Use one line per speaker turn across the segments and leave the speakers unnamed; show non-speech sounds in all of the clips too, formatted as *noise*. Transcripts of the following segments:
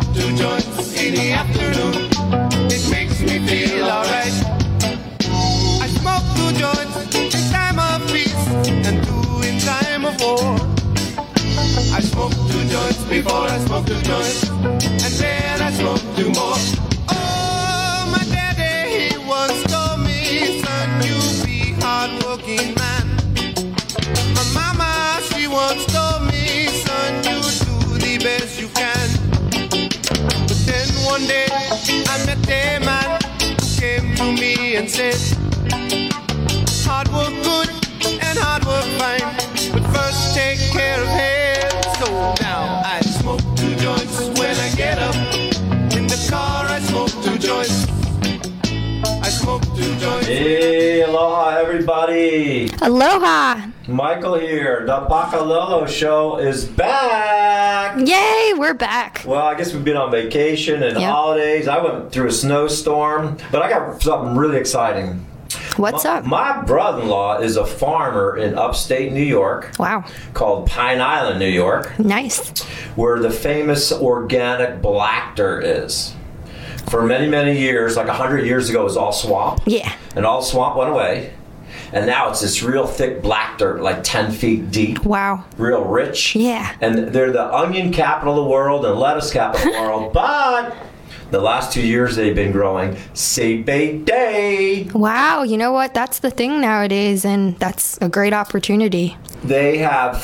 joints in the afternoon. It makes me feel alright. I smoke two joints in time of peace and two in time of war. I smoke two joints before I smoke two joints, and then I smoke two more. Oh, my daddy, he once told me, son, you be hardworking man. My mama, she once told me, son, you do the best you can. But then one day, I met a man who came to me and said, Hard work good and hard work fine, but first take care of head. So now I smoke two joints when I get up. In the car, I smoke two joints. I smoke two joints.
Hey, aloha everybody!
Aloha!
Michael here. The Bacalolo Show is back!
Yay, we're back.
Well, I guess we've been on vacation and
Yep.
holidays. I went through a snowstorm, but I got something really exciting.
What's up?
My brother in law is a farmer in upstate New York
Wow,
called Pine Island, New York,
nice.
where the famous organic black dirt is. For many, many years, like 100 years ago, it was all swamp.
Yeah.
and all the swamp went away. And now it's this real thick black dirt, like 10 feet deep,
Wow.
real rich.
Yeah.
And they're the onion capital of the world and lettuce capital of the world.
*laughs*
But the last two years they've been growing seed day.
Wow, you know what? That's the thing nowadays, and that's a great opportunity.
They have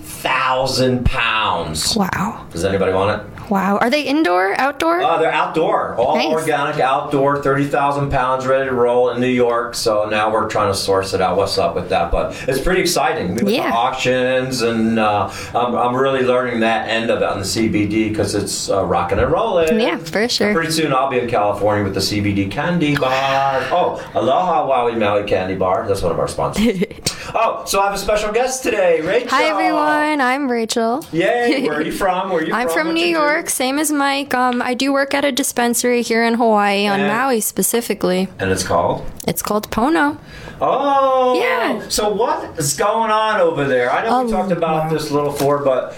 30,000 pounds.
Wow.
Does anybody want it?
Wow. Are they indoor, outdoor?
Uh, they're outdoor, all
Nice.
organic, outdoor, 30,000 pounds, ready to roll in New York. So now we're trying to source it out. What's up with that? But it's pretty exciting. We went to
Yeah.
auctions, and uh, I'm, I'm really learning that end of it on the CBD because it's uh, rocking and rolling.
yeah, for sure.
Pretty soon I'll be in California with the CBD candy
*laughs*
bar. Oh, Aloha Maui Maui Candy Bar. That's one of our
*laughs*
sponsors. oh, so I have a special guest today, Rachel.
Hi, everyone. I'm Rachel.
Yay,
*laughs*
where are you from? Where are you
I'm
from
from
What
New
you do?
York, same as Mike. Um, I do work at a dispensary here in Hawaii, on
Yeah.
Maui specifically.
And it's called?
It's called Pono.
Oh,
Yeah.
So what is going on over there? I know we
Oh,
talked about this a little before, but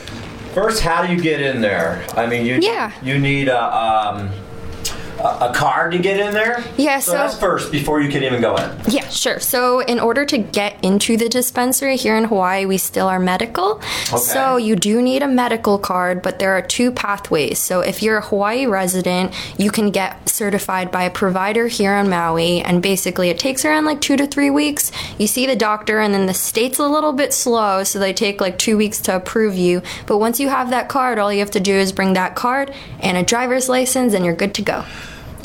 first, how do you get in there? I mean, you
Yeah.
you need a um, a, a card to get in there.
Yeah,
So,
so-
that's first before you can even go in.
Yeah, sure. So, in order to get into the dispensary here in Hawaii, we still are medical. So, you do need a medical card, but there are two pathways. So, if you're a Hawaii resident, you can get certified by a provider here on Maui. And basically, it takes around like two to three weeks. You see the doctor, and then the state's a little bit slow. So, they take like two weeks to approve you. But once you have that card, all you have to do is bring that card and a driver's license, and you're good to go.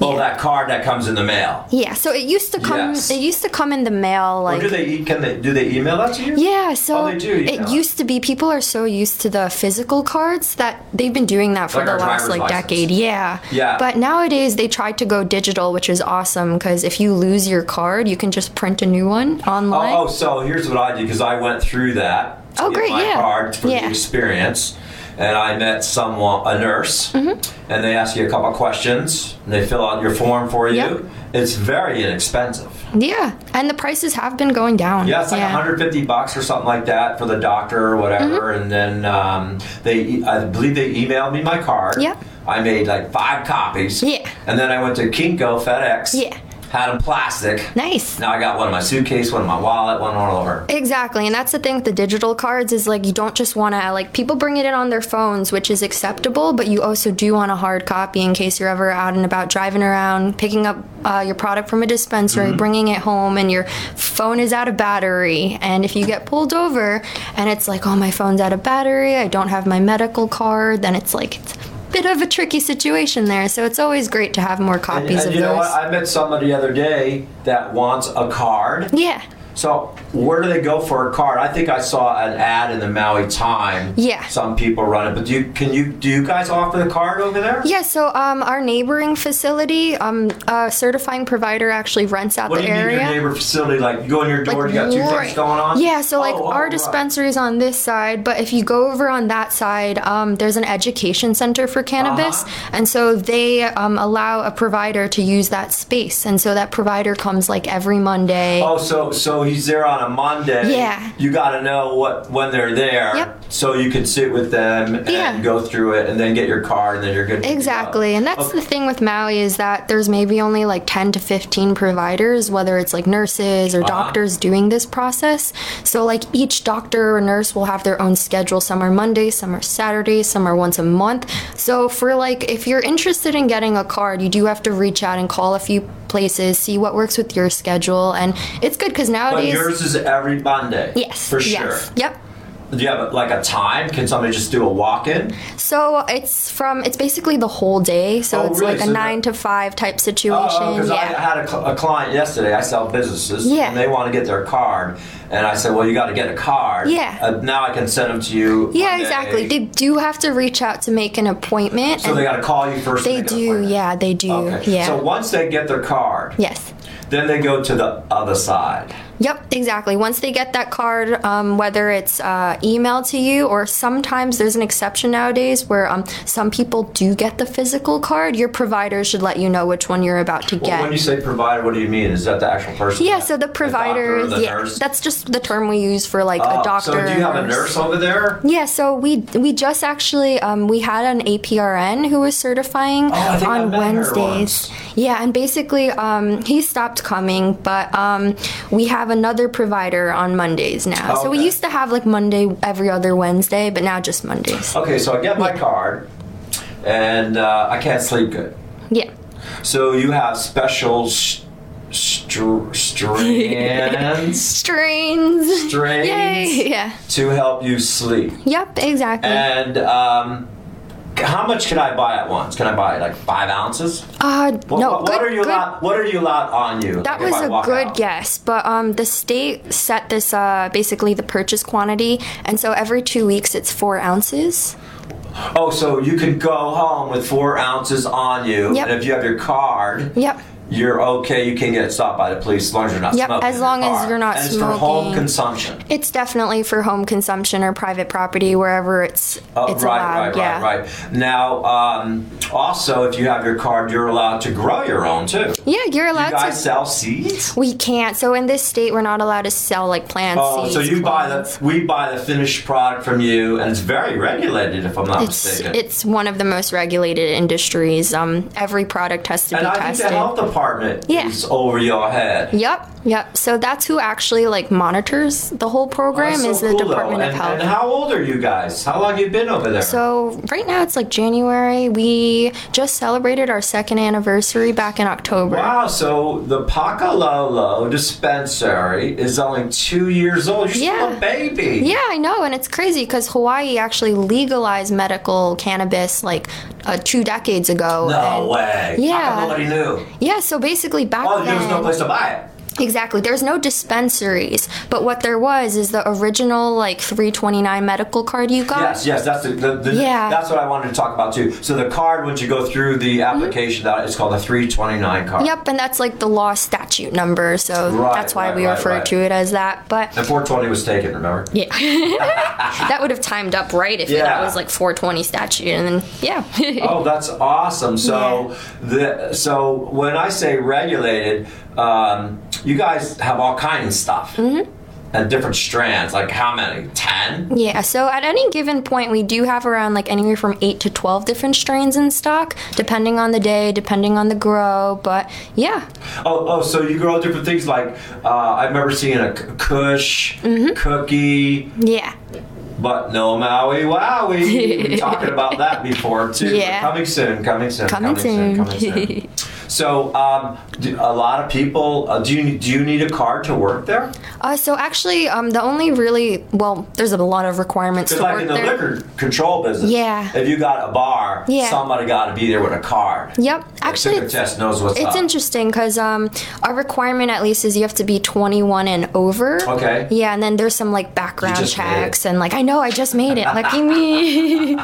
Oh, that card that comes in the mail.
Yeah, so it used to come.
Yes.
It used to come in the mail,
Or
like
do they e- can they do they email that to you?
Yeah, so
Oh, they do,
it
yeah.
used to be people are so used to the physical cards that they've been doing that for
Like
the
our
last
driver's
like
license.
decade. Yeah.
Yeah.
But nowadays they try to go digital, which is awesome because if you lose your card, you can just print a new one online.
Oh, oh, so here's what I did because I went through that. to
Oh,
get
great,
My
yeah.
card for the
Yeah.
experience, and I met someone, a nurse,
Mm-hmm.
and they ask you a couple of questions, and they fill out your form for you.
Yep.
It's very inexpensive.
Yeah. And the prices have been going down.
oh. Yeah, it's like 150 bucks or something like that for the doctor or whatever,
Mm-hmm.
and then um, they, e- I believe they emailed me my card.
Yep.
I made like five copies.
Yeah.
And then I went to Kinko, FedEx.
Yeah.
Had them plastic.
Nice.
Now I got one in my suitcase, one in my wallet, one all over.
Exactly, and that's the thing with the digital cards is like you don't just want to like people bring it in on their phones, which is acceptable, but you also do want a hard copy in case you're ever out and about driving around, picking up uh, your product from a dispensary,
Mm-hmm.
bringing it home, and your phone is out of battery. And if you get pulled over and it's like, oh, my phone's out of battery, I don't have my medical card, then it's like it's a bit of a tricky situation there. So it's always great to have more
And,
copies
and
of
you know
those.
what? I met somebody the other day that wants a card.
yeah,
So where do they go for a card? I think I saw an ad in the Maui Time.
Yeah.
Some people run it, but do you can you do you guys offer the card over there?
Yeah, so um, our neighboring facility, um, a certifying provider actually rents out
What do
the
you mean
area.
your neighbor facility? Like you go in your door, you got two things
right.
going on.
Yeah, so like
Oh, oh,
our
right.
dispensary is on this side, but if you go over on that side, um, there's an education center for cannabis,
Uh-huh.
and so they um, allow a provider to use that space, and so that provider comes like every Monday.
Oh, so so he's there on a on a Monday,
Yeah.
you got to know what when they're there,
Yep.
so you can sit with them and
Yeah.
go through it, and then get your card, and uh, then you're good. to go.
Exactly. And that's
Okay.
the thing with Maui is that there's maybe only like 10 to 15 providers, whether it's like nurses or
Uh-huh.
doctors doing this process. So, like, each doctor or nurse will have their own schedule. Some are Monday, some are Saturday, some are once a month. So, for like, if you're interested in getting a card, you do have to reach out and call a few places, see what works with your schedule. And it's good because
But
nowadays.
yours is every Monday.
Yes.
For sure.
Yes. Yep.
Do you have like a time? Can somebody just do a walk in?
So it's from it's basically the whole day. So
Oh,
it's
really?
like a
So that-
nine to five type situation.
Oh, because
Uh, yeah.
I had a, cl- a client yesterday. I sell businesses,
Yeah.
and they want to get their card, and I said, "Well, you got to get a card."
Yeah.
Uh, now I can send them to you.
Yeah,
Monday.
exactly. They do have to reach out to make an appointment.
so
and
they got to call you first. and
they
make an
do,
appointment.
yeah, they do.
Okay.
Yeah.
So once they get their card,
yes.
then they go to the other side.
Yep, exactly. Once they get that card, um, whether it's uh, emailed to you or sometimes there's an exception nowadays where um, some people do get the physical card, your provider should let you know which one you're about to
Well,
get.
When you say provider, what do you mean? Is that the actual person?
yeah,
that-
so the
the
provider,
doctor or the
yeah,
nurse?
that's just the term we use for like
Oh,
a doctor.
So do you have a
nurse.
nurse over there?
Yeah, so we we just actually um, we had an APRN who was certifying
Oh, I think I
on
met her
Wednesdays.
once.
Yeah, and basically um, he stopped coming, but um, we have another provider on Mondays now. So we
Okay.
used to have like Monday every other Wednesday, but now just Mondays.
Okay, so I get my card, and uh, I can't sleep good.
Yeah.
So you have special st- str-
*laughs*
strands
Strains.
Strains.
Yay. *laughs* Yeah.
to help you sleep.
Yep, exactly.
And um, how much can I buy at once? Can I buy like five ounces?
uh,
What,
no,
what,
good,
what are you
good
allowed? What are you allowed on you?
That
like, if
was
I
a
walk
good
out?
guess, but um, the state set this uh, basically the purchase quantity, and so every two weeks it's four ounces.
Oh, so you could go home with four ounces on you,
Yep.
and if you have your card,
Yep.
you're okay. You can get stopped by the police as long as you're not
Yep,
smoking.
as
in your
long as
car.
you're not
and it's for home
smoking.
consumption.
It's definitely for home consumption or private property wherever it's
Oh,
it's
right,
allowed.
right,
yeah.
right, right. Now, um, also, if you have your card, you're allowed to grow your own too. You
Yeah, you're allowed
guys
to.
sell seeds.
we can't. So in this state, we're not allowed to sell like plants.
Oh, so you buy the we buy the finished product from you, and it's very regulated, if I'm not
It's,
mistaken.
it's one of the most regulated industries. Um, every product has to
and
be
I think
tested.
the health department
Yeah.
is over your head.
Yep, yep. So that's who actually like monitors the whole program
That's so
is the
cool, though.
Department
and,
of Health.
And how old are you guys? How long you been over there?
so right now it's like January. We just celebrated our second anniversary back in October.
wow, so the Pakalolo dispensary is only two years old. You're still
Yeah.
a baby.
Yeah, I know, and it's crazy because Hawaii actually legalized medical cannabis like uh, two decades ago.
No
and-
way.
Yeah.
How come nobody knew?
Yeah, so basically back
Oh,
then,
there was no place to buy it.
Exactly. There's no dispensaries, but what there was is the original like 329 medical card you got.
Yes, yes, that's the, the, the
Oh. Yeah.
that's what I wanted to talk about too. So the card, once you go through the application, that it's called the 329 card.
Mm-hmm. Yep, and that's like the law statute number, so
Right,
that's why
right,
we
right,
refer
right.
to it as that. But
And 420 was taken, remember?
yeah, *laughs* that would have timed up right if
Yeah.
it was like 420 statute, and then yeah.
Oh, that's awesome. So the so when I say regulated, um, you guys have all kinds of stuff.
Mm-hmm.
And different strands, like how many? Ten?
*laughs* Yeah, so at any given point, we do have around like anywhere from 8 to 12 different strains in stock, depending on the day, depending on the grow. But yeah,
Oh, oh, so you grow different things like uh, I remember seeing a c- Kush,
Mm-hmm.
cookie,
yeah.
But no Maui Wowie. We
*laughs*
were talking about that before too.
Yeah.
Coming soon, coming soon,
Coming soon.
coming soon.
*laughs*
so, um, do, a lot of people. Uh, do you do you need a card to work there?
Uh, so actually, um, the only really, well, there's a lot of requirements
Because
to
like
work
in the
there.
liquor control business,
Yeah.
If you got a bar,
Yeah.
somebody got to be there with a card.
Yep, actually,
the test knows what's
It's
up.
interesting because um, our requirement at least is you have to be 21 and over.
Okay.
Yeah, and then there's some like background
just made it.
checks and like I know I just made it,
*laughs*
lucky me.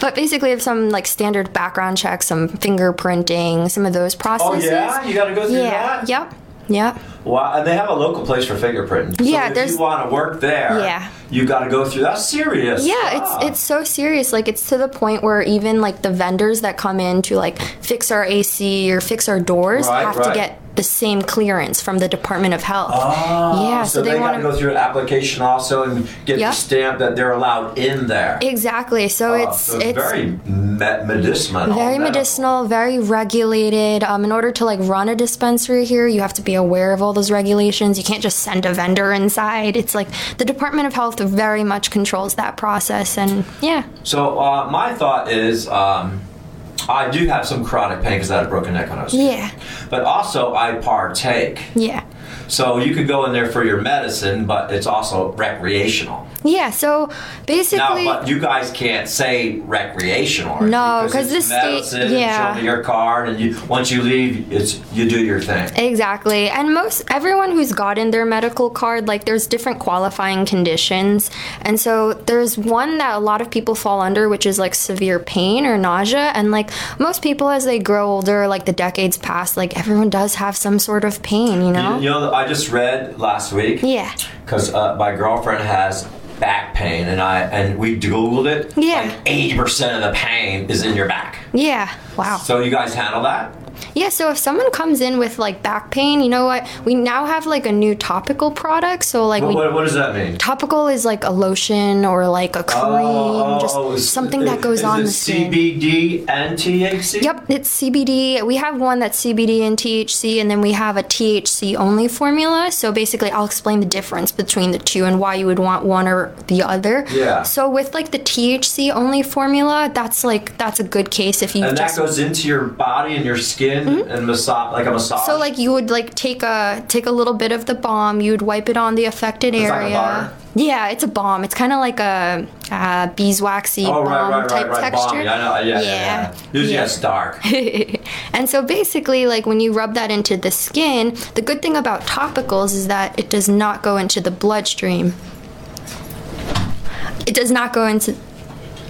but basically, have some like standard background checks, some fingerprinting, some of those
Oh
processes.
yeah, you got to go through
Yeah.
that.
Yep. Yep.
Wow, and they have a local place for fingerprinting. So
Yeah,
if
there's-
you want to work there,
Yeah.
you got to go through. That's serious.
Yeah, it's it's so serious. Like it's to the point where even like the vendors that come in to like fix our AC or fix our doors
Right,
have
right.
to get the same clearance from the Department of Health.
Oh,
yeah,
so, they, got to
wanna-
go through an application also and get
Yeah.
the stamp that they're allowed in there.
Exactly. So
Oh,
it's
so
it's
very me- medicinal.
very medicinal, very regulated. Um, in order to like run a dispensary here, you have to be aware of all those regulations. You can't just send a vendor inside. It's like the Department of Health very much controls that process, and yeah,
So uh, my thought is, um, I do have some chronic pain because I had a broken neck when I was a kid.
yeah,
But also, I partake.
yeah.
So you could go in there for your medicine, but it's also recreational.
Yeah, so
Now,
basically,
but you guys can't say recreational. right?
No,
it's
'cause the state-
medicine, and
yeah.
Show me your card, and you once you leave, it's you do your thing.
Exactly. And most everyone who's gotten their medical card, like there's different qualifying conditions. And so there's one that a lot of people fall under, which is like severe pain or nausea. And like most people as they grow older, like the decades pass, like everyone does have some sort of pain, you know?
You, you know, I just read last week.
Yeah.
because uh, my girlfriend has back pain, and I and we googled it.
Yeah.
like eighty percent of the pain is in your back.
Yeah. Wow.
So you guys handle that?
Yeah, so if someone comes in with like back pain, you know what? We now have like a new topical product. So like
What,
we
what, what does that mean?
Topical is like a lotion or like a cream, just
Oh, is-
something that goes
is
on
it
the skin.
CBD and THC.
Yep, it's CBD. We have one that's CBD and THC, and then we have a THC only formula. So basically, I'll explain the difference between the two and why you would want one or the other.
Yeah.
So with like the THC only formula, that's like that's a good case if you
And that
just. Mm-hmm.
goes into your body and your skin and massage, like a massage.
so like you would like take a take a little bit of the balm, you'd wipe it on the affected
It's like a
area.
bar?
yeah, it's a balm. It's kind of like a, uh beeswaxy
oh
balm
right, right,
type
right, right,
texture.
balmy. I know. Yeah, yeah,
Yeah.
yeah. Usually
Yeah.
it's dark.
*laughs* And so basically, like when you rub that into the skin, the good thing about topicals is that it does not go into the bloodstream. It does not go into.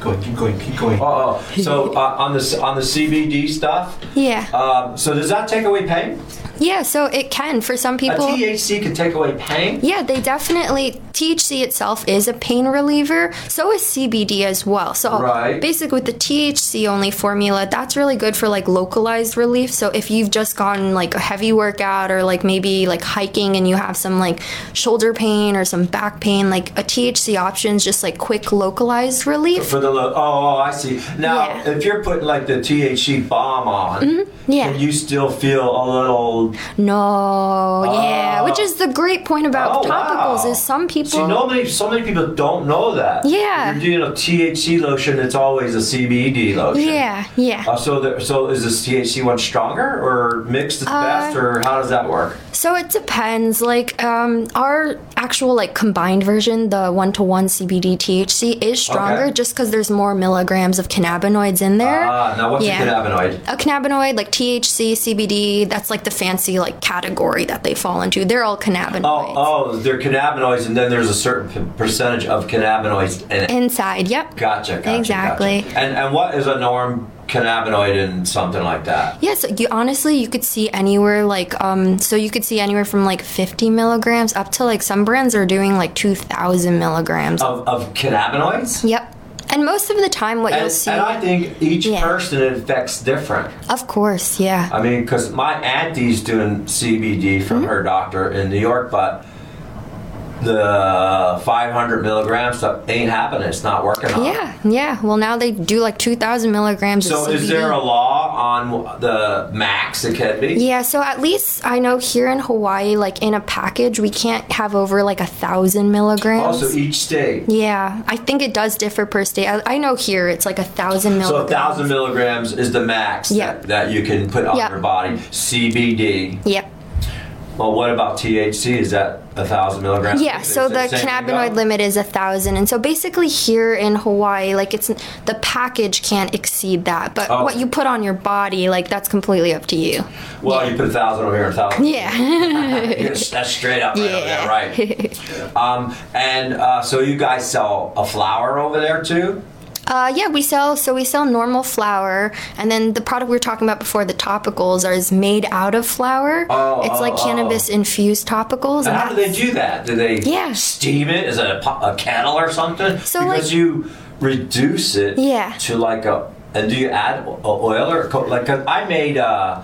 going, keep going, keep going.
Oh, oh. so uh, on this on the CBD stuff.
Yeah.
Um, so does that take away pain?
Yeah, so it can for some
A
people.
THC can take away pain.
Yeah, they definitely. THC itself is a pain reliever. So is CBD as well. So
Right.
basically, with the THC only formula, that's really good for like localized relief. So if you've just gotten like a heavy workout or like maybe like hiking and you have some like shoulder pain or some back pain, like a THC option is just like quick localized relief.
For the low. Oh, oh, I see. Now,
Yeah. Mm-hmm.
if you're putting like the THC bomb on,
Yeah.
can you still feel a little?
No, yeah, which is the great point about
Ah. Oh,
topicals
wow.
is some people.
See, nobody, so many people don't know that.
Yeah.
If you're doing a THC lotion, it's always a CBD lotion.
yeah, yeah.
Uh, so, there, so is this THC one stronger or mixed at
Uh,
best, or how does that work?
So it depends. Like um, our actual like combined version, the one to one CBD THC is stronger,
Okay.
just because there's more milligrams of cannabinoids in there.
Ah, now what's
yeah.
a cannabinoid?
a cannabinoid like THC, CBD, that's like the fancy like category that they fall into. They're all cannabinoids.
Oh, oh, they're cannabinoids, and then there's a certain p- percentage of cannabinoids in it.
Inside, yep.
Gotcha, gotcha.
Exactly.
Gotcha. And and what is a norm cannabinoid and something like that?
Yeah, so you honestly you could see anywhere like um so you could see anywhere from like 50 milligrams up to like some brands are doing like 2,000 milligrams.
Of, of cannabinoids?
Yep. And most of the time, what you'll
And,
see,
and I think each
Yeah.
person it affects different.
of course, yeah.
I mean, because my auntie's doing CBD from
Mm-hmm.
her doctor in New York, but the 500 milligrams stuff ain't happening. It's not working on. her.
Yeah, yeah. Well, now they do like 2,000 milligrams.
So
of
is there a
CBD.
law on the max it can be?
Yeah, so at least I know here in Hawaii, like in a package, we can't have over like a thousand milligrams.
Also, each state.
yeah, I think it does differ per state. I, I know here it's like a thousand
So a
milligrams.
thousand milligrams is the max
Yeah.
that, that you can put on
Yeah.
your body. CBD.
Yep.
Well, what about THC? Is that a thousand milligrams?
Yeah,
Is
so
it
the
same thing
cannabinoid
up?
limit is a thousand, and so basically here in Hawaii, like it's the package can't exceed that, but
Oh.
what you put on your body, like that's completely up to you.
Well, you put a thousand over here, and a thousand.
Yeah, *laughs*
Yes, that's straight up. Right over
Yeah.
there,
*laughs*
right. um, and uh, so you guys sell a flower over there too?
uh, yeah. We sell so we sell normal flour, and then the product we were talking about before, the topicals, are is made out of flour.
Oh,
it's
oh,
like
oh.
cannabis infused topicals.
And how do they
that's-
do that? Do they
Yeah.
steam it? Is it a, po- a kettle or something?
So,
because
like-
you reduce it
Yeah.
to like a. And do you add o- oil or co- like? 'cause I made uh,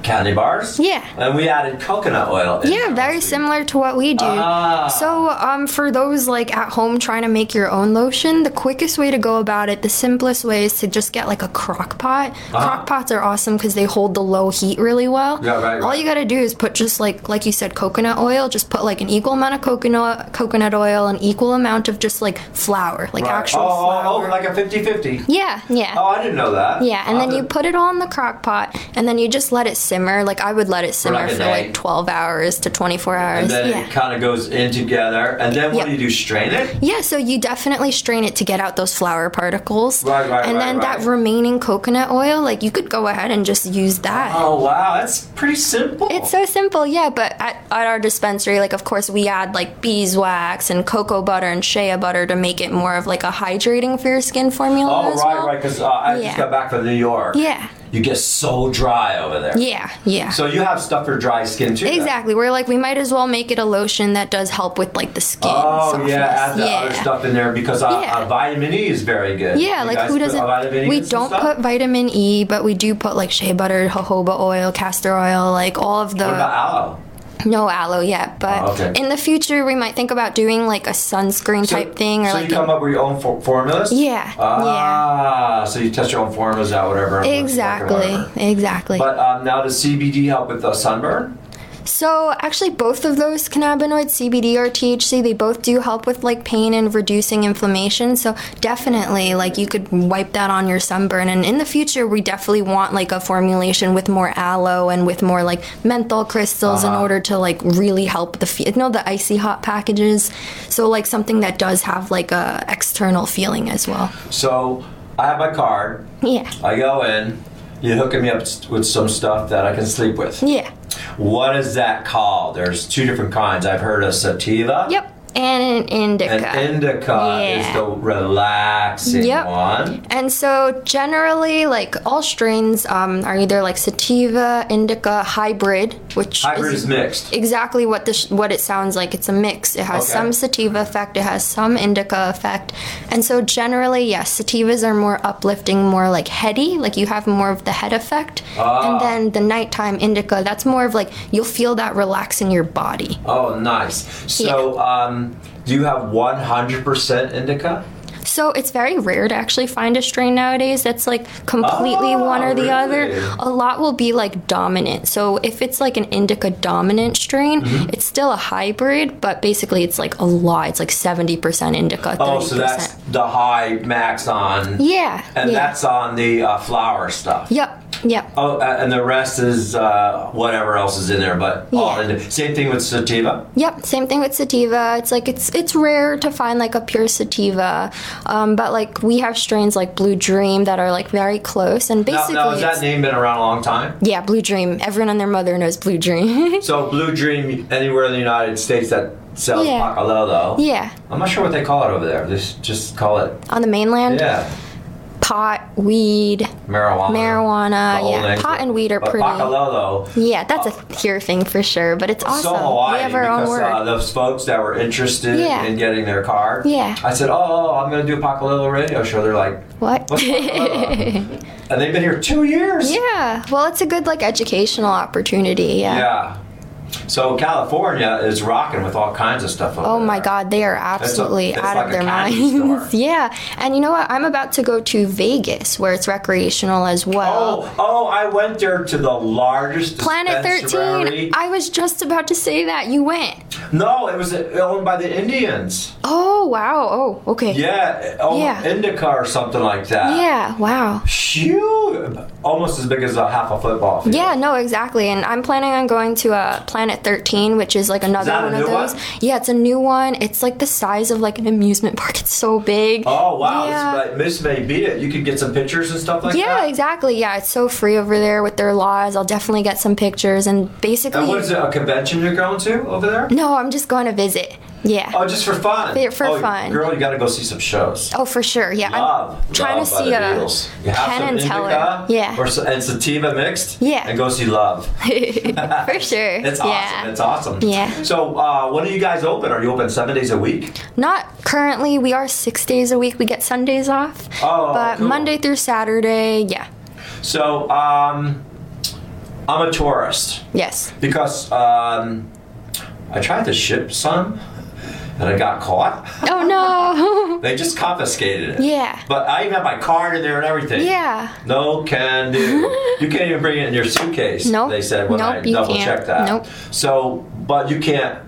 candy bars.
Yeah.
And we added coconut oil. in
Yeah,
there.
very similar to what we do.
Ah.
So, um, for those like at home trying to make your own lotion, the quickest way to go about it, the simplest way is to just get like a crock pot. Crock pots are awesome because they hold the low heat really well.
Ah. Yeah, right,
All
right.
you gotta do is put just like like you said, coconut oil. Just put like an equal amount of coconut coconut oil, an equal amount of just like flour, like
Right.
actual
oh, oh,
flour.
oh, like a 50-50.
yeah, yeah.
Oh, I didn't know that.
Yeah, and then
Uh,
you put it all in the crock pot, and then you just let it simmer. Like I would let it simmer
like a
for
day.
like twelve hours to twenty four
And
hours.
then
yeah.
it kind of goes in together. And then what
Yep.
do you do? Strain it?
yeah, so you definitely strain it to get out those flour particles.
Right, right,
And
right,
then that
right.
remaining coconut oil, like you could go ahead and just use that.
Oh, wow. That's pretty simple.
It's so simple, yeah, but at, at our dispensary, like, of course, we add like beeswax and cocoa butter and shea butter to make it more of like a hydrating for your skin formula.
Oh,
as
right,
well.
right. Because uh, I just
Yeah.
got back from New York.
Yeah.
You get so dry over there.
Yeah, yeah.
So you have stuff for dry skin too. then?
Exactly. We're like, we might as well make it a lotion that does help with like the skin.
Oh
softness.
yeah, add the other stuff in there because uh,
Yeah.
uh, vitamin E is very good.
Yeah,
You
like
guys
who
put
doesn't?
vitamin E
we
in some
don't
stuff?
put vitamin E, but we do put like shea butter, jojoba oil, castor oil, like all of the
What about aloe?
no aloe yet. But
Oh, okay.
in the future, we might think about doing like a sunscreen
So-
type thing or
so
like
you come up with your own for- formulas.
yeah,
Ah, so you test your own formulas out, whatever.
yeah,
whatever,
exactly,
whatever.
exactly.
But um, now does CBD help with the sunburn?
So actually, both of those cannabinoids, CBD or THC, they both do help with like pain and reducing inflammation. So definitely, like you could wipe that on your sunburn. And in the future, we definitely want like a formulation with more aloe and with more like menthol crystals in order to like really help the fe- you know the icy hot packages. So like something that does have like a external feeling as well.
So I have my card.
Yeah.
I go in. You're hooking me up s- with some stuff that I can sleep with.
Yeah.
What is that called? There's two different kinds. I've heard of sativa.
Yep. And an indica.
And indica is
Yeah.
the relaxing
Yep.
one.
And so, generally, like all strains um, are either like sativa, indica, hybrid, which
Hybrid is mixed.
exactly what this what it sounds like. It's a mix. It has
Okay.
some sativa effect. It has some indica effect. And so, generally, yes, sativas are more uplifting, more like heady. Like you have more of the head effect.
Ah.
And then the nighttime indica, that's more of like you'll feel that relax in your body.
Oh, nice. So, um, do you have 100% indica?
So it's very rare to actually find a strain nowadays that's like completely
Oh,
one or the
really?
other. A lot will be like dominant. So if it's like an indica dominant strain,
Mm-hmm.
it's still a hybrid, but basically it's like a lot. It's like 70% indica, 30%.
Oh, so that's the high max on.
yeah.
And
yeah.
that's on the uh, flower stuff.
Yep. Yep.
Oh, a- and the rest is uh, whatever else is in there, but all
Yeah.
in Same thing with sativa.
Yep, same thing with sativa. It's like it's it's rare to find like a pure sativa, um, but like we have strains like Blue Dream that are like very close and
Now,
basically
now, has that
it's-
name been around a long time?
yeah, Blue Dream. Everyone and their mother knows Blue Dream. *laughs*
So, Blue Dream, anywhere in the United States that sells
Yeah.
Pacalolo.
Yeah,
I'm not sure what they call it over there. They s- just call it,
on the mainland.
yeah, Uh,
Pot, weed,
marijuana.
marijuana.
The whole
yeah,
name.
pot and weed are
But
pretty.
Pacalolo,
Yeah, that's a here thing for sure. But it's
so
also we
Hawaii
have our own
because
word.
uh, those folks that were interested
Yeah.
in getting their car.
Yeah.
I said, oh, I'm going to do a Pacalolo radio show. They're like,
what? *laughs*
what's *laughs* Pacalolo? and they've been here two years.
yeah. Well, it's a good like educational opportunity. Yeah.
Yeah. So California is rocking with all kinds of stuff. Over
Oh my
there.
God, they are absolutely
it's
out
like
of
a
their
candy store.
minds. *laughs* yeah, and you know what? I'm about to go to Vegas, where it's recreational as well.
Oh, oh! I went there to the largest
Planet
dispensary.
13. I was just about to say that you went.
no, it was owned by the Indians.
Oh wow. Oh okay.
Yeah, oh,
Yeah.
Indica or something like that.
Yeah. Wow.
Huge, almost as big as a half a football field.
Yeah, no, exactly. And I'm planning on going to uh, Planet 13, which is like another
that a
one of
new one?
those. Yeah, it's a new one. It's like the size of like an amusement park. It's so big.
Oh wow,
Yeah.
this, may, this may beat it. You could get some pictures and stuff like
yeah,
that.
exactly. Yeah, it's so free over there with their laws. I'll definitely get some pictures and basically.
And what is it? A convention you're going to over there?
No, I'm just going to visit. Yeah.
Oh, just for fun.
For- for
oh,
fun.
Girl, you got to go see some shows.
Oh, for sure. Yeah,
Love,
I'm trying
love
to
by
see
the
a
Beatles. You have
Penn
some
and
indica
Teller. Yeah,
or s- and sativa mixed.
Yeah.
and go see Love.
*laughs* for
*laughs*
sure.
It's awesome.
yeah.
It's awesome.
Yeah.
So, uh, when are you guys open? Are you open seven days a week?
Not currently. We are six days a week. We get Sundays off.
Oh,
but
cool.
Monday through Saturday, yeah.
So, um, I'm a tourist
Yes.
because um, I tried to ship some and I got caught.
Oh no.
They just confiscated it.
Mm-hmm. Yeah.
But I even have my card in there and everything.
yeah.
No can
*laughs*
do. you can't even bring it in your suitcase.
Nope.
They said when
Nope,
I
you
double
can't.
checked that.
Nope.
So, but you can't.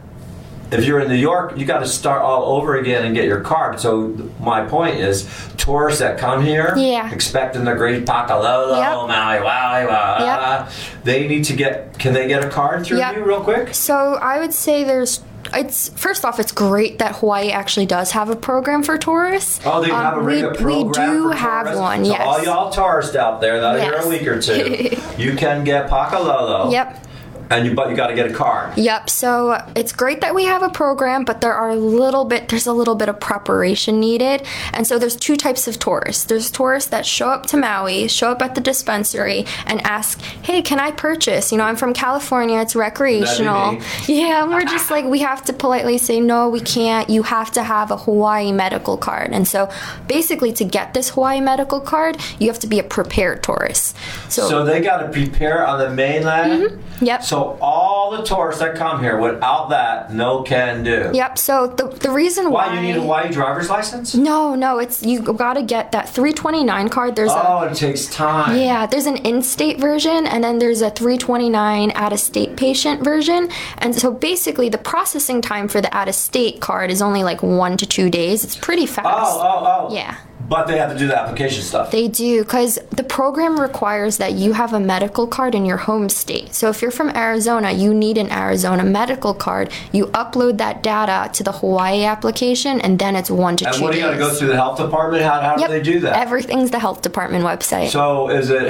If you're in New York, you got to start all over again and get your card. So my point is, tourists that come here,
Yeah.
expecting the great Pakalolo,
Yep.
Maui, Maui, Maui, they need to get. Can they get a card through
Yep.
you real quick?
*laughs* So I would say there's. It's first off, it's great that Hawaii actually does have a program for tourists.
Oh, they
Um,
have a
we,
regular program.
We do
for
have
tourists.
one.
So
Yes.
all y'all tourists out there that are here
Yes.
a week or
*laughs*
two, you can get Pakalolo.
Yep.
And you, but you got to get a card.
Yep. So it's great that we have a program, but there are a little bit there's a little bit of preparation needed. And so there's two types of tourists. There's tourists that show up to Maui, show up at the dispensary and ask, "Hey, can I purchase? You know, I'm from California. It's recreational."
me.
*laughs* Yeah, and we're just like we have to politely say, "No, we can't. You have to have a Hawaii medical card." And so basically to get this Hawaii medical card, you have to be a prepared tourist. So,
So they got to prepare on the mainland.
Mm-hmm. Yep.
So all the tourists that come here without that, no can do.
Yep. So the, the reason why,
Why you need a Hawaii driver's license?
No, no, it's you gotta get that 329 card. There's
Oh, it takes
a
time.
yeah, there's an in-state version, and then there's a 329 out-of-state patient version. And so basically, the processing time for the out-of-state card is only like one to two days. It's pretty fast.
Oh, oh, oh.
Yeah.
But they have to do the application stuff.
They do, because the program requires that you have a medical card in your home state. So if you're from Arizona, you need an Arizona medical card. You upload that data to the Hawaii application, and then it's one to
and
two
what do
days.
you got to go through the health department? How, how
Yep.
do they do that?
Everything's the health department website.
so is it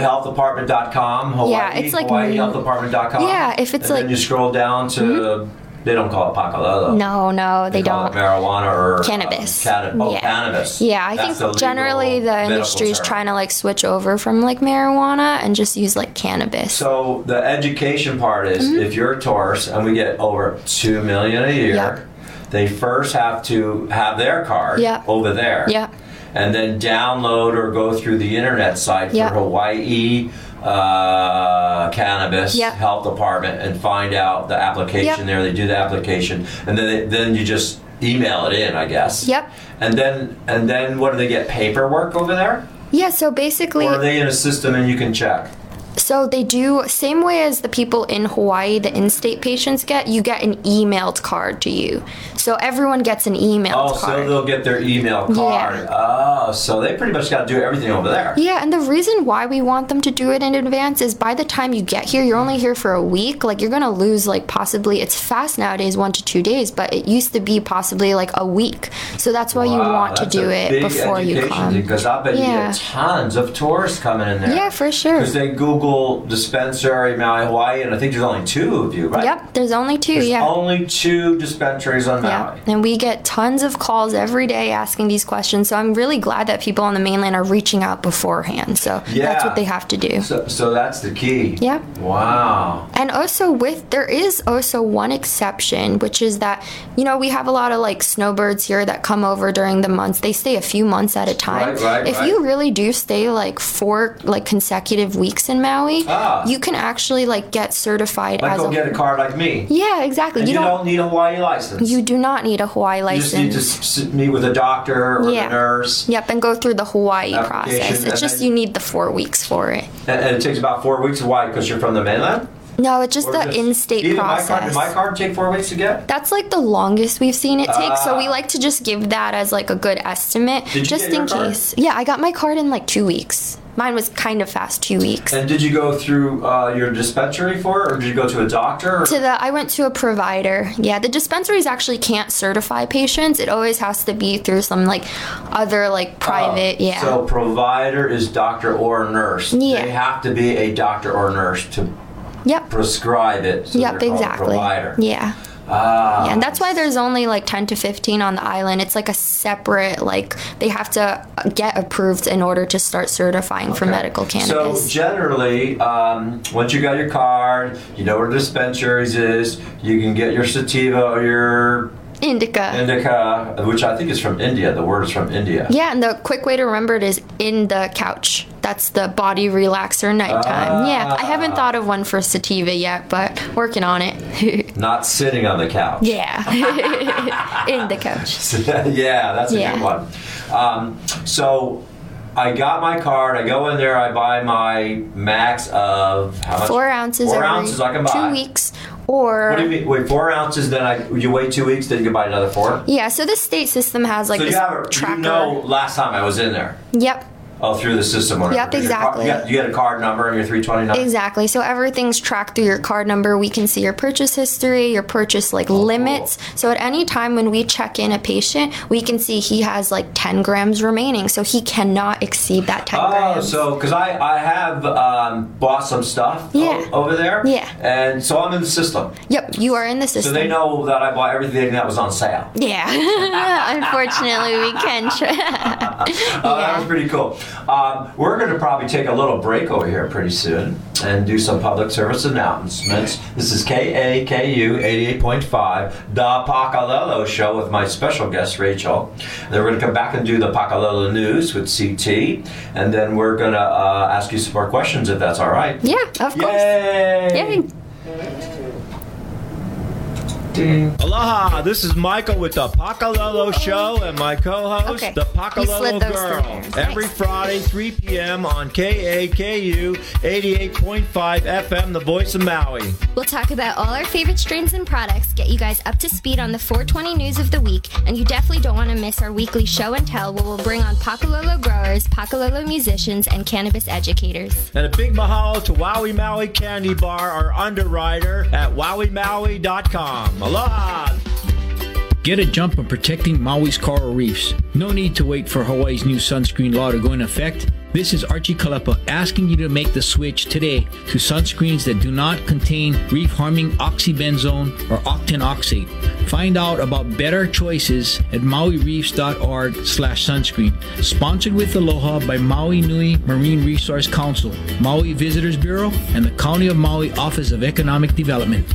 healthdepartment.com? Hawaii,
Yeah, it's like-
HawaiiHealthDepartment.com.
Yeah, if
and
it's like- Mm-hmm.
then you scroll down to they don't call it pakalolo.
no, no, they,
call
don't.
it marijuana or
Cannabis.
Uh, canna- oh,
Yeah.
cannabis.
Yeah, I
That's
think generally
legal
the
medical
industry's
term.
trying to like switch over from like marijuana and just use like cannabis.
So the education part is
Mm-hmm.
if you're a tourist and we get over two million a year,
Yeah.
they first have to have their card
Yeah.
over there.
Yeah.
And then download or go through the internet site
Yeah.
for Hawaii uh, Cannabis
Yeah.
Health Department and find out the application
Yep.
there. They do the application and then they, then you just email it in, I guess.
Yep.
And then and then what do they get paperwork over there?
yeah, so basically
Or are they in a system and you can check?
So they do same way as the people in Hawaii, the in-state patients get. You get an emailed card to you, so everyone gets an emailed
Oh,
card.
so they'll get their email card. Oh, so they pretty much got to do everything over there.
yeah, and the reason why we want them to do it in advance is by the time you get here, you're only here for a week. Like you're gonna lose like possibly it's fast nowadays, one to two days, but it used to be possibly like a week. So that's why you
Wow,
want to
that's a
do it
big
before you
education
come.
Because I bet you
Yeah.
get tons of tourists coming in there.
Yeah, for sure.
Because they Google dispensary Maui, Hawaii, and I think there's only two of you, right?
Yep, there's only two.
There's
yeah.
only two dispensaries on Maui.
Yeah, and we get tons of calls every day asking these questions. So I'm really glad that people on the mainland are reaching out beforehand. So that's
Yeah.
what they have to do.
So, so that's the key.
Yep.
Wow.
And also with there is also one exception, which is that you know we have a lot of like snowbirds here that come over during the months. They stay a few months at a time.
Right, right,
if
right.
you really do stay like four like consecutive weeks in Maui,
Ah.
you can actually like get certified
Like,
as
go
a
get a card like me.
yeah exactly.
And
you,
you,
don't,
don't, need a Hawaii license.
you do not need a Hawaii
You
license.
just need to s- s- meet with a doctor or
Yeah.
a nurse.
Yep, and go through the Hawaii
Application,
process. It's
and
just
then-
you need the four weeks for it.
And, and it takes about four weeks. Why? Because you're from the mainland?
No, it's just
Or
the
just-
in-state
even My card,
process.
did my card take four weeks to get?
That's like the longest we've seen it take, so we
Ah.
like to just give that as like a good estimate,
you
just
get your
in
card?
case. Yeah, I got my card in like two weeks. Mine was kind of fast, two weeks.
And did you go through uh, your dispensary for it, or did you go to a doctor? Or,
to the I went to a provider. Yeah, the dispensaries actually can't certify patients. It always has to be through some like other like private. yeah.
Oh, So provider is doctor or nurse.
Yeah.
They have to be a doctor or nurse to
yep.
prescribe it. So
Yep,
they're called
exactly.
Provider.
Yeah.
Ah.
Yeah, and that's why there's only like 10 to 15 on the island. It's like a separate, like, they have to get approved in order to start certifying for medical
So
cannabis.
generally, um, once you got your card, you know where the dispensaries is. You can get your sativa or your
Indica.
Indica, which I think is from India. The word is from India.
Yeah, and the quick way to remember it is in the couch. That's the body relaxer nighttime. yeah, I haven't
Ah.
thought of one for sativa yet, but working on it. *laughs*
Not sitting on the couch.
yeah, *laughs* in the couch.
*laughs* yeah, that's a
Yeah.
good one. Um, so I got my card. I go in there. I buy my max of how much?
Four ounces
Four
every
ounces I can buy.
two weeks, or
What do you mean? Wait, four ounces. Then I you wait two weeks. Then you can buy another four.
yeah. So this state system has like
so
this
you have a,
tracker.
you know last time I was in there.
Yep,
Oh, through the system. Or
Yep,
whatever. Your Card,
exactly.
you, got, you get a card number and your three twenty nine.
Exactly. So everything's tracked through your card number. We can see your purchase history, your purchase
Oh,
like limits. So at any time when we check in a patient, we can see he has like 10 grams remaining. So he cannot exceed that 10
Oh,
grams.
so because I I have um, bought some stuff o-
Yeah.
over there.
Yeah.
And so I'm in the system.
yep, you are in the
So
system.
they know that I bought everything that was on sale.
Yeah.
*laughs*
*laughs* Unfortunately, we can. Tra-
Oh, that was
Yeah.
pretty cool. Um, we're going to probably take a little break over here pretty soon and do some public service announcements. This is KAKU 88.5, The Pacololo Show with my special guest, Rachel. And then we're going to come back and do the Pacololo News with CT. And then we're going to uh, ask you some more questions if that's all right.
yeah, of course.
Yay!
Yay.
Aloha, this is Michael with the Pakalolo Show and my co-host,
Okay.
the
You slid
Pakalolo
those
Girl.
through.
Every
Nice.
Friday, 3 p.m. on KAKU 88.5 FM, the voice of Maui.
We'll talk about all our favorite strains and products, get you guys up to speed on the 420 news of the week, and you definitely don't want to miss our weekly show and tell where we'll bring on Pakalolo growers, Pakalolo musicians, and cannabis educators.
And a big mahalo to Wowie Maui Candy Bar, our underwriter at wowiemaui.com. Aloha!
Get a jump on protecting Maui's coral reefs. No need to wait for Hawaii's new sunscreen law to go into effect. This is Archie Kalapa asking you to make the switch today to sunscreens that do not contain reef harming oxybenzone or octanoxate. Find out about better choices at mauireefs.org slash sunscreen. Sponsored with Aloha by Maui Nui Marine Resource Council, Maui Visitors Bureau, and the County of Maui Office of Economic Development.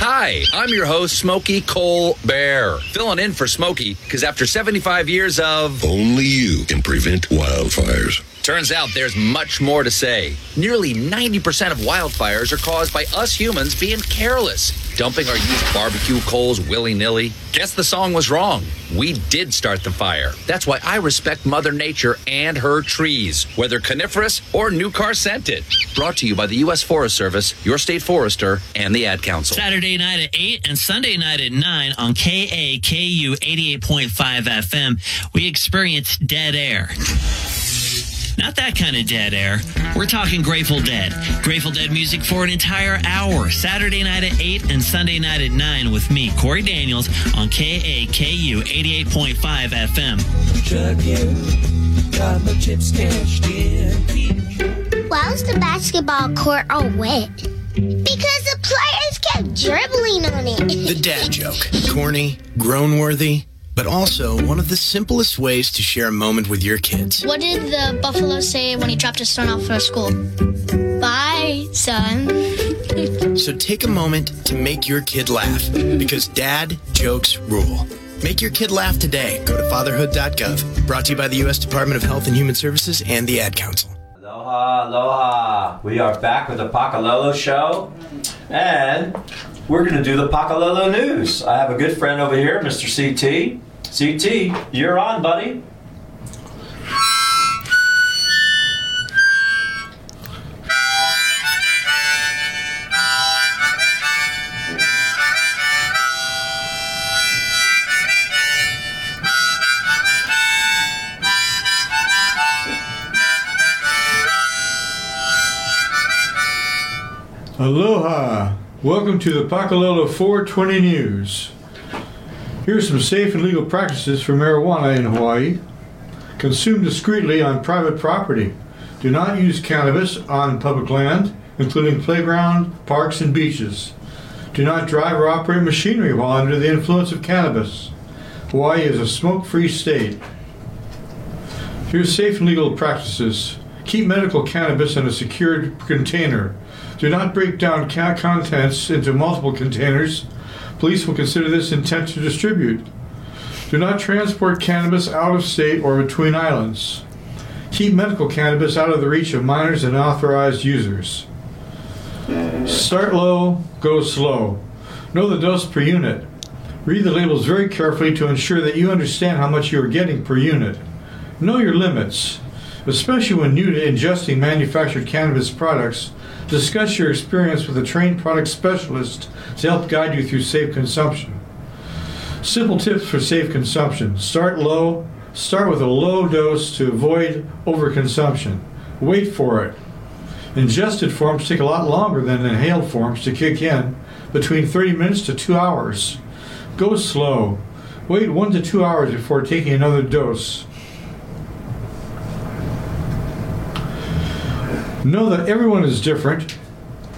Hi, I'm your host, Smokey Cole Bear. Filling in for Smokey, because after 75 years of.
Only you can prevent wildfires.
Turns out there's much more to say. Nearly 90% of wildfires are caused by us humans being careless, dumping our used barbecue coals willy nilly. Guess the song was wrong. We did start the fire. That's why I respect Mother Nature and her trees, whether coniferous or new car scented. Brought to you by the U.S. Forest Service, your state forester, and the Ad Council.
Saturday night at 8 and Sunday night at 9 on KAKU 88.5 FM, we experience dead air. Not that kind of dead air. We're talking Grateful Dead. Grateful Dead music for an entire hour, Saturday night at 8 and Sunday night at 9 with me, Corey Daniels, on KAKU 88.5 FM.
Why was the basketball court all wet? Because the players kept dribbling on it.
The dad joke. Corny, grown worthy, but also one of the simplest ways to share a moment with your kids.
What did the buffalo say when he dropped his son off for school? Bye, son.
*laughs* So take a moment to make your kid laugh because dad jokes rule. Make your kid laugh today. Go to fatherhood.gov. Brought to you by the U.S. Department of Health and Human Services and the Ad Council.
Aloha, aloha. We are back with the Pakalolo show, and we're going to do the Pakalolo news. I have a good friend over here, Mr. CT. CT, you're on, buddy.
Aloha! Welcome to the Pakalolo 420 News. Here are some safe and legal practices for marijuana in Hawaii. Consume discreetly on private property. Do not use cannabis on public land, including playground, parks, and beaches. Do not drive or operate machinery while under the influence of cannabis. Hawaii is a smoke free state. Here's safe and legal practices. Keep medical cannabis in a secured container. Do not break down ca- contents into multiple containers. Police will consider this intent to distribute. Do not transport cannabis out of state or between islands. Keep medical cannabis out of the reach of minors and authorized users. Start low, go slow. Know the dose per unit. Read the labels very carefully to ensure that you understand how much you are getting per unit. Know your limits. Especially when new to ingesting manufactured cannabis products, discuss your experience with a trained product specialist to help guide you through safe consumption. Simple tips for safe consumption start low, start with a low dose to avoid overconsumption. Wait for it. Ingested forms take a lot longer than inhaled forms to kick in, between 30 minutes to 2 hours. Go slow. Wait 1 to 2 hours before taking another dose. Know that everyone is different.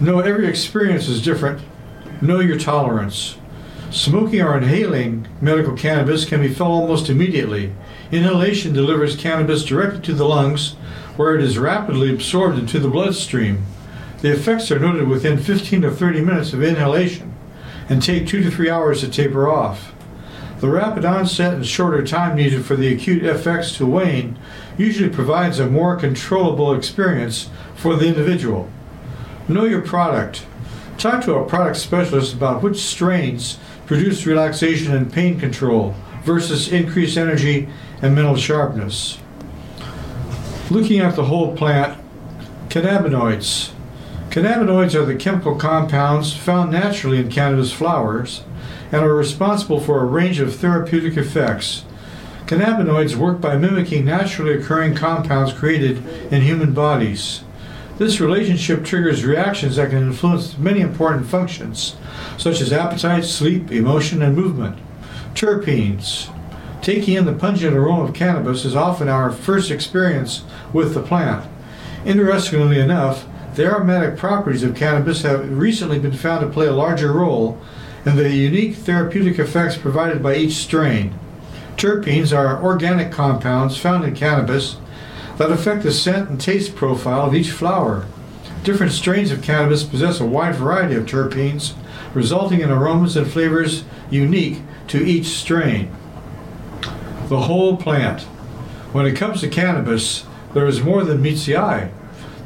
Know every experience is different. Know your tolerance. Smoking or inhaling medical cannabis can be felt almost immediately. Inhalation delivers cannabis directly to the lungs, where it is rapidly absorbed into the bloodstream. The effects are noted within 15 to 30 minutes of inhalation and take 2 to 3 hours to taper off. The rapid onset and shorter time needed for the acute effects to wane usually provides a more controllable experience for the individual. Know your product. Talk to a product specialist about which strains produce relaxation and pain control versus increased energy and mental sharpness. Looking at the whole plant, cannabinoids. Cannabinoids are the chemical compounds found naturally in cannabis flowers and are responsible for a range of therapeutic effects. Cannabinoids work by mimicking naturally occurring compounds created in human bodies. This relationship triggers reactions that can influence many important functions, such as appetite, sleep, emotion, and movement. Terpenes. Taking in the pungent aroma of cannabis is often our first experience with the plant. Interestingly enough, the aromatic properties of cannabis have recently been found to play a larger role in the unique therapeutic effects provided by each strain. Terpenes are organic compounds found in cannabis that affect the scent and taste profile of each flower. Different strains of cannabis possess a wide variety of terpenes, resulting in aromas and flavors unique to each strain. The whole plant. When it comes to cannabis, there is more than meets the eye.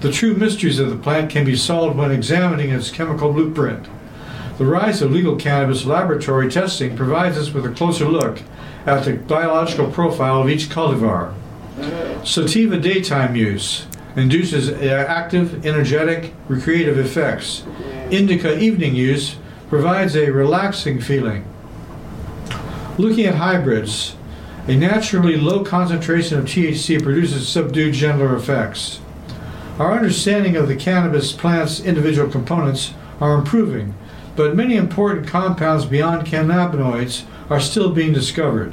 The true mysteries of the plant can be solved when examining its chemical blueprint. The rise of legal cannabis laboratory testing provides us with a closer look at the biological profile of each cultivar. Sativa daytime use induces uh, active, energetic, recreative effects. Indica evening use provides a relaxing feeling. Looking at hybrids, a naturally low concentration of THC produces subdued, gentler effects. Our understanding of the cannabis plant's individual components are improving, but many important compounds beyond cannabinoids are still being discovered.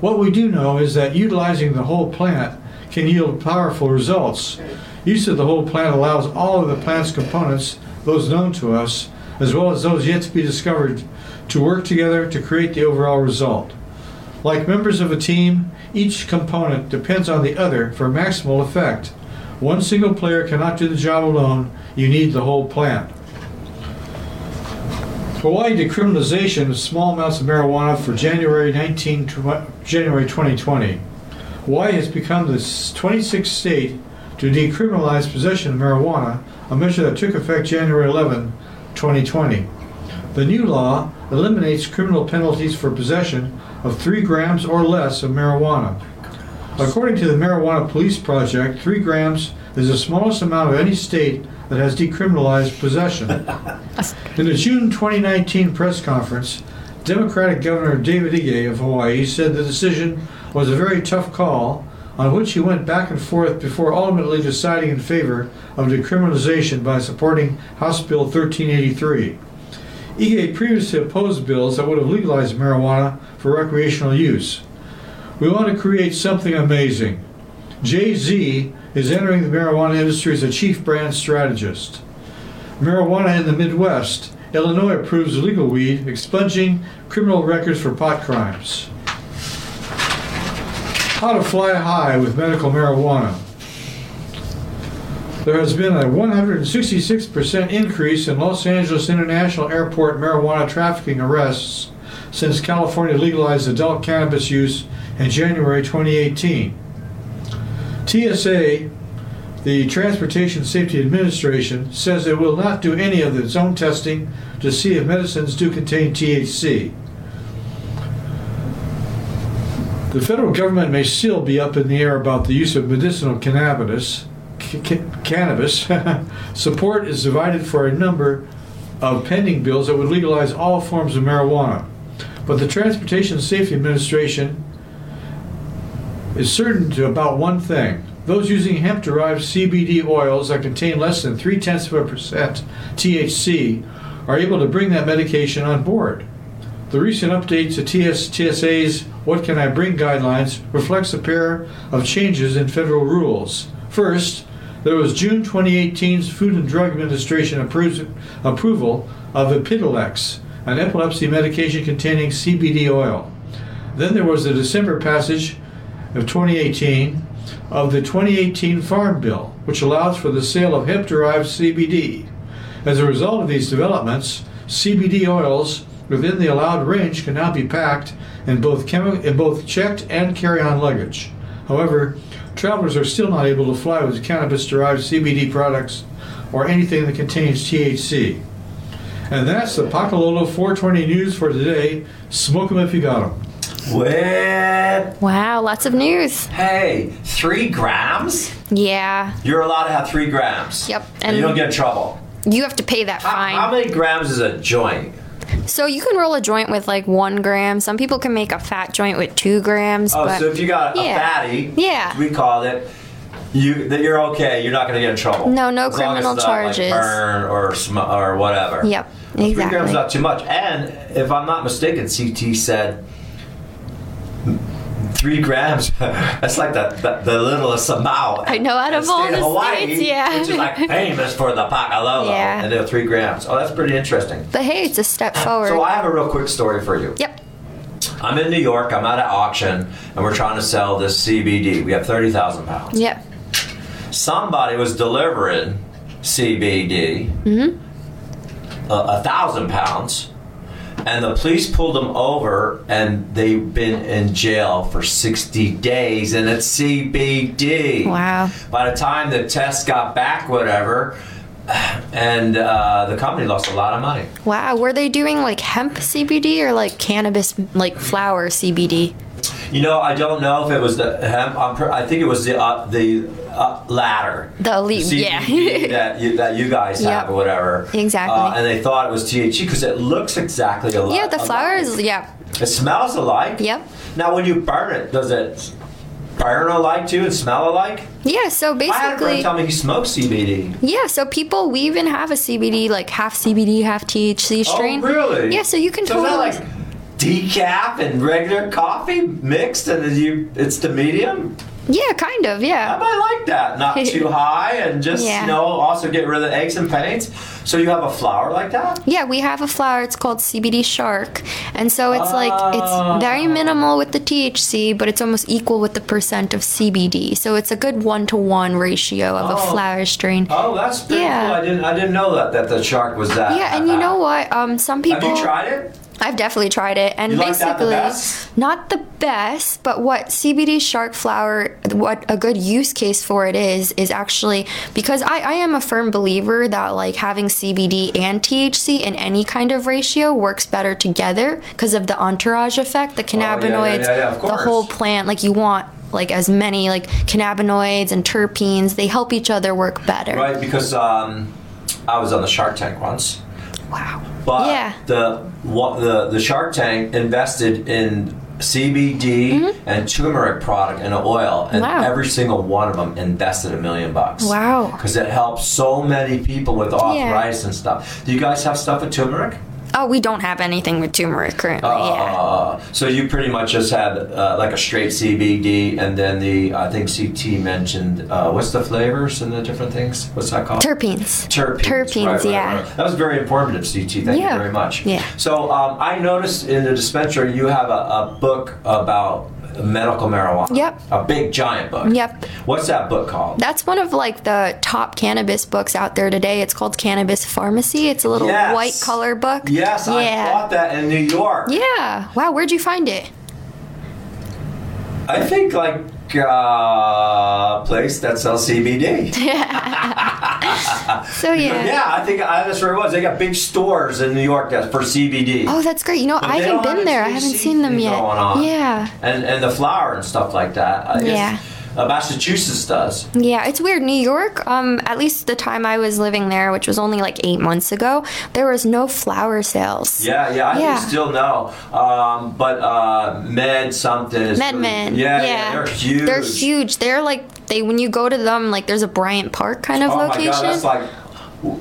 What we do know is that utilizing the whole plant can yield powerful results. Use of the whole plant allows all of the plant's components, those known to us, as well as those yet to be discovered, to work together to create the overall result. Like members of a team, each component depends on the other for maximal effect. One single player cannot do the job alone. You need the whole plant. Hawaii decriminalization of small amounts of marijuana for January 19, January 2020. Hawaii has become the 26th state to decriminalize possession of marijuana, a measure that took effect January 11, 2020. The new law eliminates criminal penalties for possession of 3 grams or less of marijuana. According to the Marijuana Police Project, 3 grams is the smallest amount of any state that has decriminalized possession. In a June 2019 press conference, Democratic Governor David Ige of Hawaii said the decision was a very tough call, on which he went back and forth before ultimately deciding in favor of decriminalization by supporting House Bill 1383. Ige previously opposed bills that would have legalized marijuana for recreational use. We want to create something amazing. Jay Z is entering the marijuana industry as a chief brand strategist. Marijuana in the Midwest. Illinois approves legal weed, expunging criminal records for pot crimes. How to fly high with medical marijuana. There has been a 166% increase in Los Angeles International Airport marijuana trafficking arrests since California legalized adult cannabis use in January 2018. TSA, the Transportation Safety Administration, says it will not do any of its own testing to see if medicines do contain THC. The federal government may still be up in the air about the use of medicinal cannabis. C- c- cannabis *laughs* support is divided for a number of pending bills that would legalize all forms of marijuana. But the Transportation Safety Administration is certain to about one thing. Those using hemp derived CBD oils that contain less than three tenths of a percent THC are able to bring that medication on board. The recent update to TS- TSA's What Can I Bring guidelines reflects a pair of changes in federal rules. First, there was June 2018's Food and Drug Administration appro- approval of Epidilex, an epilepsy medication containing CBD oil. Then there was the December passage of 2018 of the 2018 Farm Bill, which allows for the sale of hemp derived CBD. As a result of these developments, CBD oils within the allowed range can now be packed in both, chemi- in both checked and carry on luggage. However, travelers are still not able to fly with cannabis derived CBD products or anything that contains THC. And that's the Pacololo 420 news for today. Smoke 'em if you got 'em.
What?
Wow, lots of news.
Hey, three grams?
Yeah.
You're allowed to have three grams.
Yep.
And, you don't get in trouble.
You have to pay that fine.
How many grams is a joint?
So you can roll a joint with like one gram. Some people can make a fat joint with two grams.
Oh,
but
so if you got a
yeah.
fatty,
Yeah.
we call it. You that you're okay. You're not going to get in trouble.
No, no
As long as
criminal
it's not, like,
charges.
burn or sm- or whatever.
Yep,
Three grams
exactly.
is not too much. And if I'm not mistaken, CT said three grams. *laughs* that's like the, the the littlest amount.
I know out of
State
all the
Hawaii,
states, yeah.
which is
*laughs*
like famous for the Pakalolo,
Yeah.
and they're three grams. Oh, that's pretty interesting.
but hey, it's a step forward.
So I have a real quick story for you.
Yep.
I'm in New York. I'm at an auction, and we're trying to sell this CBD. We have thirty thousand pounds.
Yep.
Somebody was delivering CBD,
Mm-hmm.
uh, a thousand pounds, and the police pulled them over, and they've been in jail for sixty days, and it's CBD.
Wow.
By the time the test got back, whatever, and uh, the company lost a lot of money.
Wow. Were they doing like hemp CBD or like cannabis like flower CBD?
You know, I don't know if it was the hemp. I'm pr- I think it was the uh, the uh, latter.
The elite.
CBD
yeah.
that you, that you guys have
Yep.
or whatever.
Exactly.
Uh, and they thought it was THC because it looks exactly alike.
*laughs* yeah. The
alike.
flowers. Yeah.
It smells alike.
Yep.
Now, when you burn it, does it burn alike too and smell alike?
Yeah. So
I had a friend
basically.
tell me he smokes CBD.
Yeah, so people, we even have a CBD, like half CBD, half THC
Oh,
strain.
really?
Yeah, so you can
So is that
totally.
like Decaf and regular coffee mixed, and then you it's the medium.
yeah, kind of, yeah.
I like that.
*laughs*
Not too high, and just
Yeah.
you know also get rid of the eggs and paints. So you have a flower like that.
Yeah, we have a flower. It's called CBD Shark, and so it's like
Ah.
it's very minimal with the THC, but it's almost equal with the percent of CBD. So it's a good one to one ratio of
Oh.
a flower strain.
Oh, that's pretty
Yeah.
cool. I didn't I didn't know that that the shark was that.
Yeah, and you know what? Um, some
Have
people
you tried it?
I've definitely tried it, and
You like that the
basically,
best?
not the best, but what CBD shark flower, what a good use case for it is, is actually because I, I am a firm believer that like having CBD and THC in any kind of ratio works better together because of the entourage effect, the
Oh, yeah, yeah,
cannabinoids,
yeah, of
the
course.
whole plant. Like you want like as many like cannabinoids and terpenes, they help each other work better.
Right, because um, I was on the Shark Tank once. Wow. But
Yeah.
the what the the Shark Tank invested in CBD and turmeric product and oil, and
Mm-hmm. Wow.
every single one of them invested a million bucks.
Wow.
Because it helps so many people with arthritis and stuff. Do you guys have stuff with turmeric?
Oh, we don't have anything with turmeric currently. yeah.
Uh, so you pretty much just had uh, like a straight CBD, and then the I think CT mentioned uh, what's the flavors and the different things. What's that called?
Terpenes.
Terpenes.
Terpenes,
right, right,
yeah.
right. That was very informative, CT. Thank
Yeah.
you very much.
Yeah.
So um, I noticed in the dispensary you have a, a book about medical marijuana.
Yep.
A big giant book.
Yep.
What's that book called?
That's one of like the top cannabis books out there today. It's called Cannabis Pharmacy. It's a little
Yes.
white color book.
Yes, I bought that in New York.
Yeah. Wow, where'd you find it?
I think like uh, place that sells CBD.
So, yeah.
yeah, I think I, that's where it was. They got big stores in New York that's for CBD.
Oh, that's great. You know,
But
I
they
haven't
don't have
been there. I haven't seen them yet.
going on.
Yeah.
and and the flour and stuff like that. I guess,
Yeah.
uh, Massachusetts does.
Yeah, it's weird. New York, um, at least the time I was living there, which was only like eight months ago, there was no flower sales.
Yeah, yeah, I
Yeah.
think still know. Um, but uh, Med something is.
Med Men.
Yeah, yeah, they're huge.
They're huge. They're like they when you go to them, like there's a Bryant Park kind of
oh
location.
my god, that's like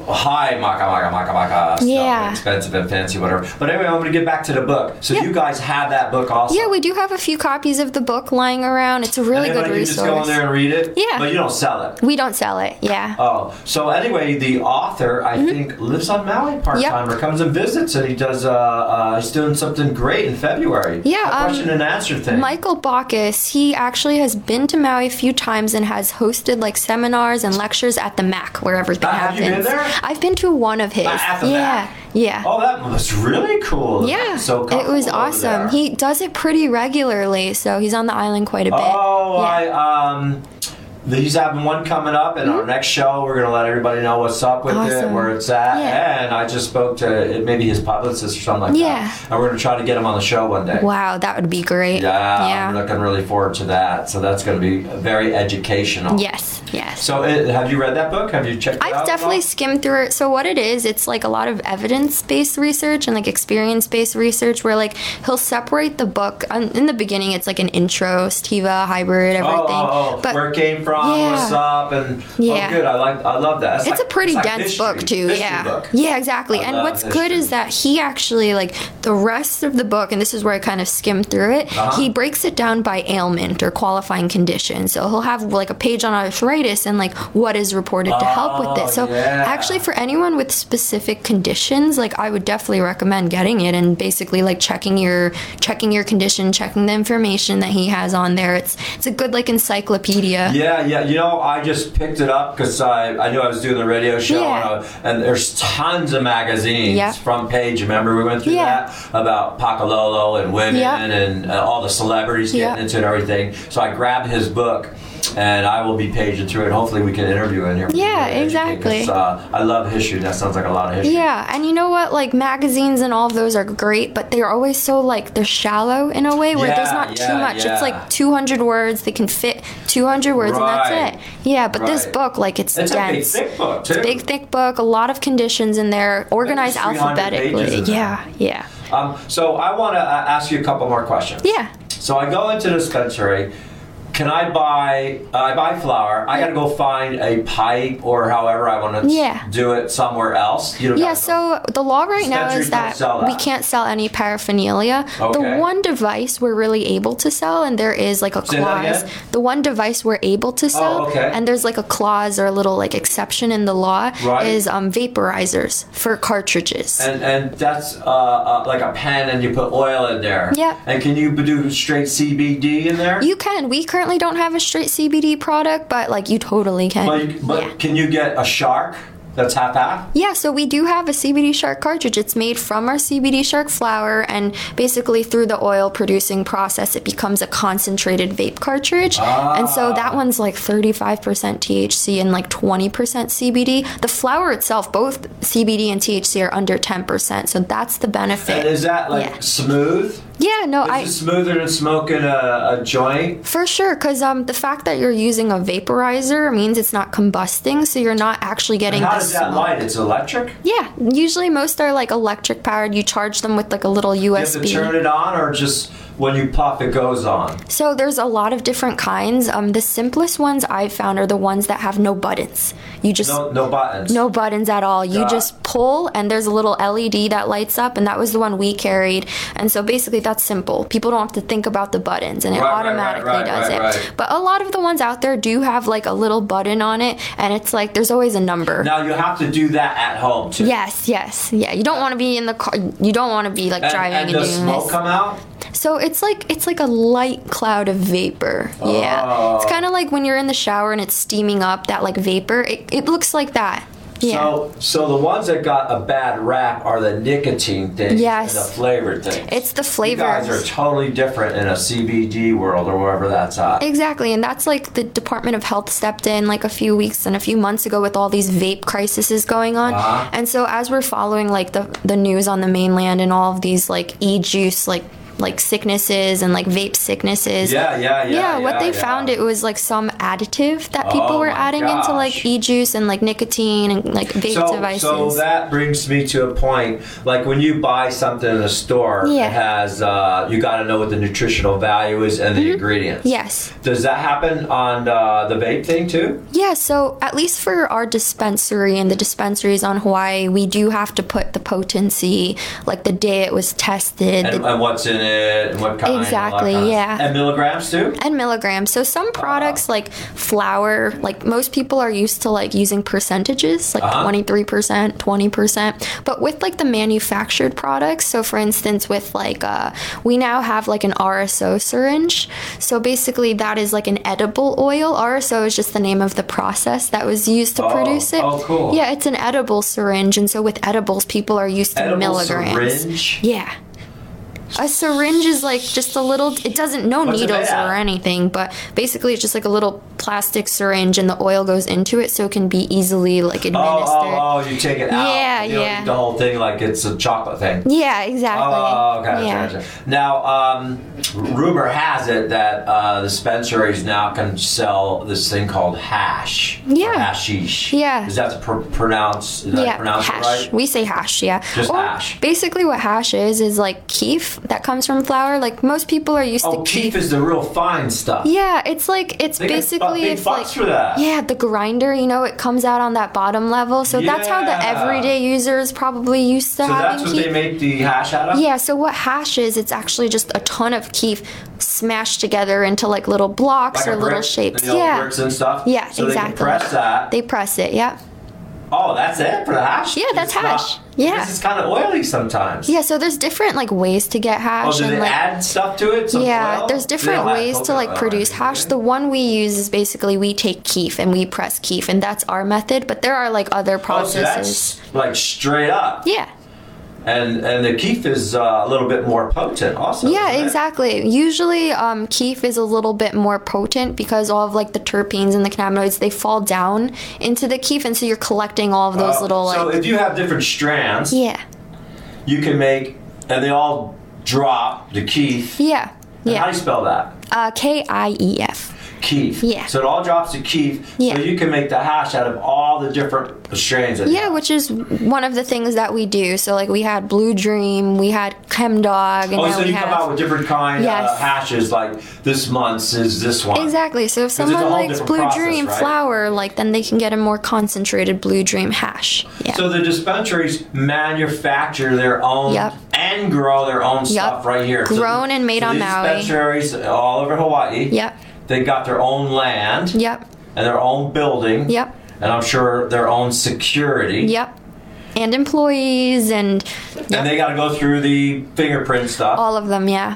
high maca maca maca maca stuff.
Yeah.
Expensive and fancy, whatever. But anyway, I'm going to get back to the book. So you guys have that book also.
yeah, we do have a few copies of the book lying around. It's a really
Anybody
good
can
resource.
just go in there and read it.
Yeah.
But you don't sell it.
we don't sell it. Yeah.
Oh, so anyway, the author I
Mm-hmm.
think lives on Maui part time or comes and visits, and he does. Uh, uh, he's doing something great in February.
Yeah,
a
um,
question and answer thing.
Michael Baucus, he actually has been to Maui a few times and has hosted like seminars and lectures at the MAC where everything
Ah, have
happens.
you been there?
I've been to one of his.
Ah, at the
yeah.
MAC.
Yeah.
Oh, that was really cool.
Yeah,
so
it was
comfortable over
awesome.
there.
He does it pretty regularly, so he's on the island quite a bit.
Oh, I um. th- He's having one coming up, and our next show we're gonna let everybody know what's up with it,
Mm-hmm. Awesome.
where it's at,
Yeah.
and I just spoke to it- maybe his publicist or something like
Yeah.
that, and we're gonna try to get him on the show one day.
Wow, that would be great.
Yeah,
Yeah.
I'm looking really forward to that. So that's going to be very educational.
Yes, yes.
So uh, have you read that book? Have you checked? it out
I've
at
definitely
all?
skimmed through it. So what it is, it's like a lot of evidence-based research and like experience-based research where like he'll separate the book um, in the beginning it's like an intro, stiva, hybrid, everything.
Oh, oh, oh,
but
where it came from,
Yeah.
what's up, and
Yeah.
oh, good. I like, I love that.
it's
like-
a pretty
it's like
dense
history,
book too
history
yeah
book.
yeah exactly
I
and
love
what's
history.
good is that he actually like the rest of the book and this is where i kind of skimmed through it
Uh-huh.
he breaks it down by ailment or qualifying condition so he'll have like a page on arthritis and like what is reported to help with
Oh,
it so
yeah.
actually for anyone with specific conditions like i would definitely recommend getting it and basically like checking your checking your condition checking the information that he has on there it's it's a good like encyclopedia
Yeah, yeah. You know, I just picked it up because I, I knew I was doing the radio show,
Yeah.
and, I, and there's tons of magazines.
Yeah.
Front page. Remember we went through
Yeah.
that about Pacololo and women
Yeah.
and uh, all the celebrities getting
Yeah.
into it and everything. So I grabbed his book, and I will be paging through it. Hopefully, we can interview in here.
Yeah,
Educate us.
exactly.
Uh, I love history. That sounds like a lot of history.
Yeah, and you know what? Like magazines and all of those are great, but they're always so like they're shallow in a way where there's
Yeah,
not too
yeah,
much.
yeah.
It's like 200 words. They can fit 200 words,
Right.
and that's it. Yeah, but this
Right.
book, like, it's,
It's a big,
dense.
thick book,
It's a
too.
big, thick book. A lot of conditions in there, organized
300 pages in
alphabetically.
there.
Yeah, yeah,
Um, so I want to uh, ask you a couple more questions.
yeah.
So I go into the dispensary. Can I buy? I buy flour. I gotta go find a pipe or however I want to
Yeah.
do it somewhere else. You know.
Yeah, so the law right now
Dispensaries
is
don't
that,
sell that.
we can't sell any paraphernalia.
Okay.
The one device we're really able to sell, and there is like a
Say that
clause.
again?
The one device we're able to
Oh,
sell,
okay.
and there's like a clause or a little like exception in the law,
Right.
is um, vaporizers for cartridges.
And and that's uh, uh, like a pen, and you put oil in there.
Yeah.
And can you do straight CBD in there?
you can. We currently don't have a straight CBD product, but like you totally can.
But, you- but can you get a shark that's half half?
Yeah, so we do have a CBD shark cartridge. It's made from our CBD shark flower, and basically through the oil producing process, it becomes a concentrated vape cartridge. And so that
Ah.
one's like 35% THC and like 20% CBD. The flower itself, both CBD and THC, are under 10%. So that's the benefit.
And is that like smooth?
yeah, no,
Is
I.
it smoother than smoking a, a joint?
For sure, because um, the fact that you're using a vaporizer means it's not combusting, so you're not actually
And
getting
how
the
does that
smoke.
light? It's electric.
Yeah, usually most are like electric powered. You charge them with like a little
You have to
USB.
turn it on, or just when you puff, it goes on.
so there's a lot of different kinds. Um, the simplest ones I've found are the ones that have no buttons. You just
no, no buttons.
no buttons at all. You
Got it.
just pull, and there's a little LED that lights up, and that was the one we carried. And so basically, that's simple. People don't have to think about the buttons, and it
Right, right, right,
automatically
right,
does
right,
it.
right.
But a lot of the ones out there do have like a little button on it, and it's like there's always a number.
Now you have to do that at home too.
Yes, yes, yeah. You don't want to be in the car. You don't want to be like
Uh, And,
driving
and
and,
does
doing
smoke
this.
come out?
So it's like it's like a light cloud of vapor. Yeah.
Ah.
It's kind of like when you're in the shower and it's steaming up that like vapor. It, it looks like that. Yeah.
So, so the ones that got a bad rap are the nicotine things
Yes.
and the flavored things.
it's the
You guys are
flavors.
totally different in a CBD world or wherever that's at.
Exactly, and that's like the Department of Health stepped in like a few weeks and a few months ago with all these vape crises going on.
Uh-huh.
And so as we're following like the the news on the mainland and all of these like e-juice like like sicknesses and like vape sicknesses.
Yeah, yeah, yeah,
Yeah, what
yeah,
they
yeah.
found it was like some additive that people
Oh
were
my
adding into like e-juice and like nicotine and like vape
so,
devices.
so that brings me to a point. Like when you buy something in a store,
Yeah.
it has uh, you got to know what the nutritional value is and the
Mm-hmm.
ingredients.
yes.
Does that happen on uh, the vape thing too?
Yeah, so at least for our dispensary and the dispensaries on Hawaii, we do have to put the potency, like the day it was tested,
And,
the-
and what's in it? And what kind? and all that
Exactly,
kind of-
yeah.
And milligrams too.
and milligrams. So some products like flour, like most people are used to like using percentages, like
Uh-huh.
23%, 20%. But with like the manufactured products, so for instance with like uh we now have like an RSO syringe. So basically that is like an edible oil. RSO is just the name of the process that was used to produce it.
oh, cool.
Yeah, it's an edible syringe and so with edibles people are used to
Edible
milligrams.
syringe?
Yeah. A syringe is like just a little. It doesn't no
What's it made
needles
out
or anything, but basically it's just like a little plastic syringe, and the oil goes into it, so it can be easily like administered.
Oh, oh, oh! You take it out.
Yeah,
you don't
yeah.
eat the whole thing like it's a chocolate thing.
Yeah, exactly.
Oh, okay.
Yeah.
gotcha. Now, um, rumor has it that uh, the dispensaries now can sell this thing called hash. or
Yeah.
Hashish.
Yeah.
Is that pr- pronounce? Did I
yeah,
pronounce
hash.
it right?
We say hash, yeah.
Just
Or
hash.
Basically, what hash is is like keef that comes from flour. Like most people are used
Oh,
to
keef is the real fine stuff.
Yeah, it's like it's
They get bu-
basically
big
it's
bucks
like
for that.
yeah, the grinder. You know, it comes out on that bottom level, so that's how the
Yeah.
everyday user is probably used to
So
having
that's what
keef.
they make the hash out of.
Yeah, so what hash is, it's actually just a ton of keef smashed together into like little blocks
Like
or
a
little
brick,
shapes.
the old
yeah.
bricks and stuff.
Yeah,
So they
exactly.
can press that.
They press it, yeah.
Oh, that's it for the hash.
Yeah, that's
It's not-
hash. Yeah.
This is kind of oily sometimes.
Yeah, so there's different like ways to get hash
oh, do they
and like
add stuff to it? Some
yeah,
oil?
there's
They
different
don't add
ways to
coconut
like
oil.
produce hash.
Oh,
The one we use is basically we take keef and we press keef, and that's our method. But there are like other
Oh, so
processes.
that's like straight up.
yeah,
And and the keef is uh, a little bit more potent, also.
yeah,
isn't it?
exactly. Usually, um, keef is a little bit more potent because all of like the terpenes and the cannabinoids they fall down into the keef, and so you're collecting all of those
Uh,
little
so
like
if you have different strands,
yeah,
you can make, and they all drop the keef.
yeah,
And How
yeah.
do you spell that?
Uh, K I E F.
Keef.
Yeah.
So it all drops to keef.
Yeah.
So you can make the hash out of all the different strands. that you
Yeah, which is one of the things that we do. So like we had Blue Dream, we had Chem Dog, and
Oh,
now
so
we
you
have
come out with different kind
Yes.
of hashes, like this month's is this one.
Exactly. So if
'Cause it's a
someone
whole
likes
different
Blue
process,
Dream
right?
flower, like then they can get a more concentrated Blue Dream hash. Yeah.
So the dispensaries manufacture their own
Yep.
and grow their own stuff right here. So-
Grown and made
so
on
these
Maui.
Dispensaries all over Hawaii.
Yep.
They got their own land
Yep.
and their own building.
Yep.
And I'm sure their own security.
Yep. And employees and
And they got to go through the fingerprint stuff.
all of them, yeah.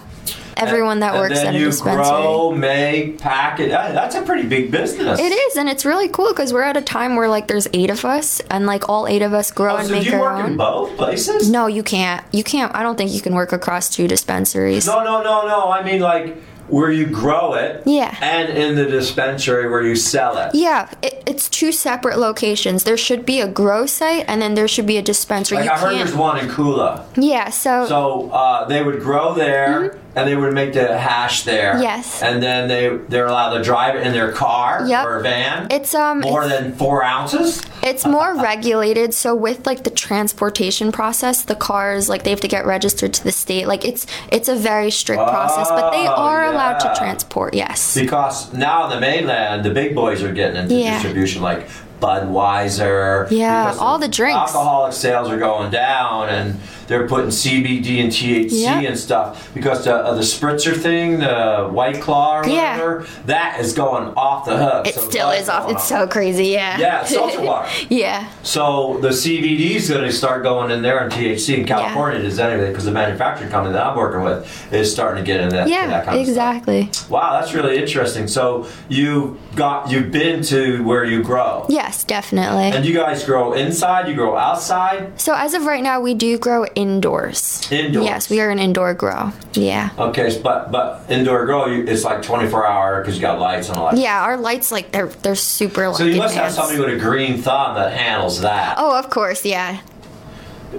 Everyone that
and
works
then
at a
you
dispensary.
grow, make, pack it. That- That's a pretty big business.
It is, and it's really cool because we're at a time where like there's eight of us, and like all eight of us grow
Oh,
and
so
make
do you
our
work
own.
in both places?
No, you can't. You can't. I don't think you can work across two dispensaries.
No, no, no, no. I mean, like where you grow it.
Yeah.
And in the dispensary where you sell it.
Yeah, it, it's two separate locations. There should be a grow site, and then there should be a dispensary.
Like
you
I heard
can't.
there's one in Kula.
Yeah. So.
So uh, they would grow there, and they would make the hash there.
Mm-hmm. Yes.
And then they they're allowed to drive it in their car
Yep.
or van.
It's, um,
more
it's-
than four ounces.
It's
uh,
more regulated. So with like the transportation process, the cars like they have to get registered to the state. Like it's it's a very strict process, but they
Oh,
are allowed to
yeah.
transport. Yes.
Because now on the mainland, the big boys are getting into
Yeah.
distribution, like Budweiser.
Yeah,
because
all the drinks.
Alcoholic sales are going down, and they're putting CBD and THC
Yeah.
and stuff because the, uh, the spritzer thing, the White Claw or
Yeah.
whatever, that is going off the hook.
It
So
still
that's
is off.
going
It's so *laughs* crazy. Yeah.
Yeah, it's seltzer water.
yeah.
So the CBD is going to start going in there, and THC in California does anyway because the manufacturing company that I'm working with is starting to get in that. to that
Yeah.
kind of stuff.
Exactly.
Wow, that's really interesting. So you got you've been to where you grow,
Yes, definitely.
and you guys grow inside, you grow outside,
So as of right now, we do grow indoors.
indoor.
Yes, we are an indoor grow. Yeah.
Okay, so- but but indoor grow, you, it's like 24 hour because you got lights and all that.
Yeah, our lights like they're they're super.
So
like,
you must have
advanced.
somebody with a green thumb that handles that.
Oh, of course, yeah.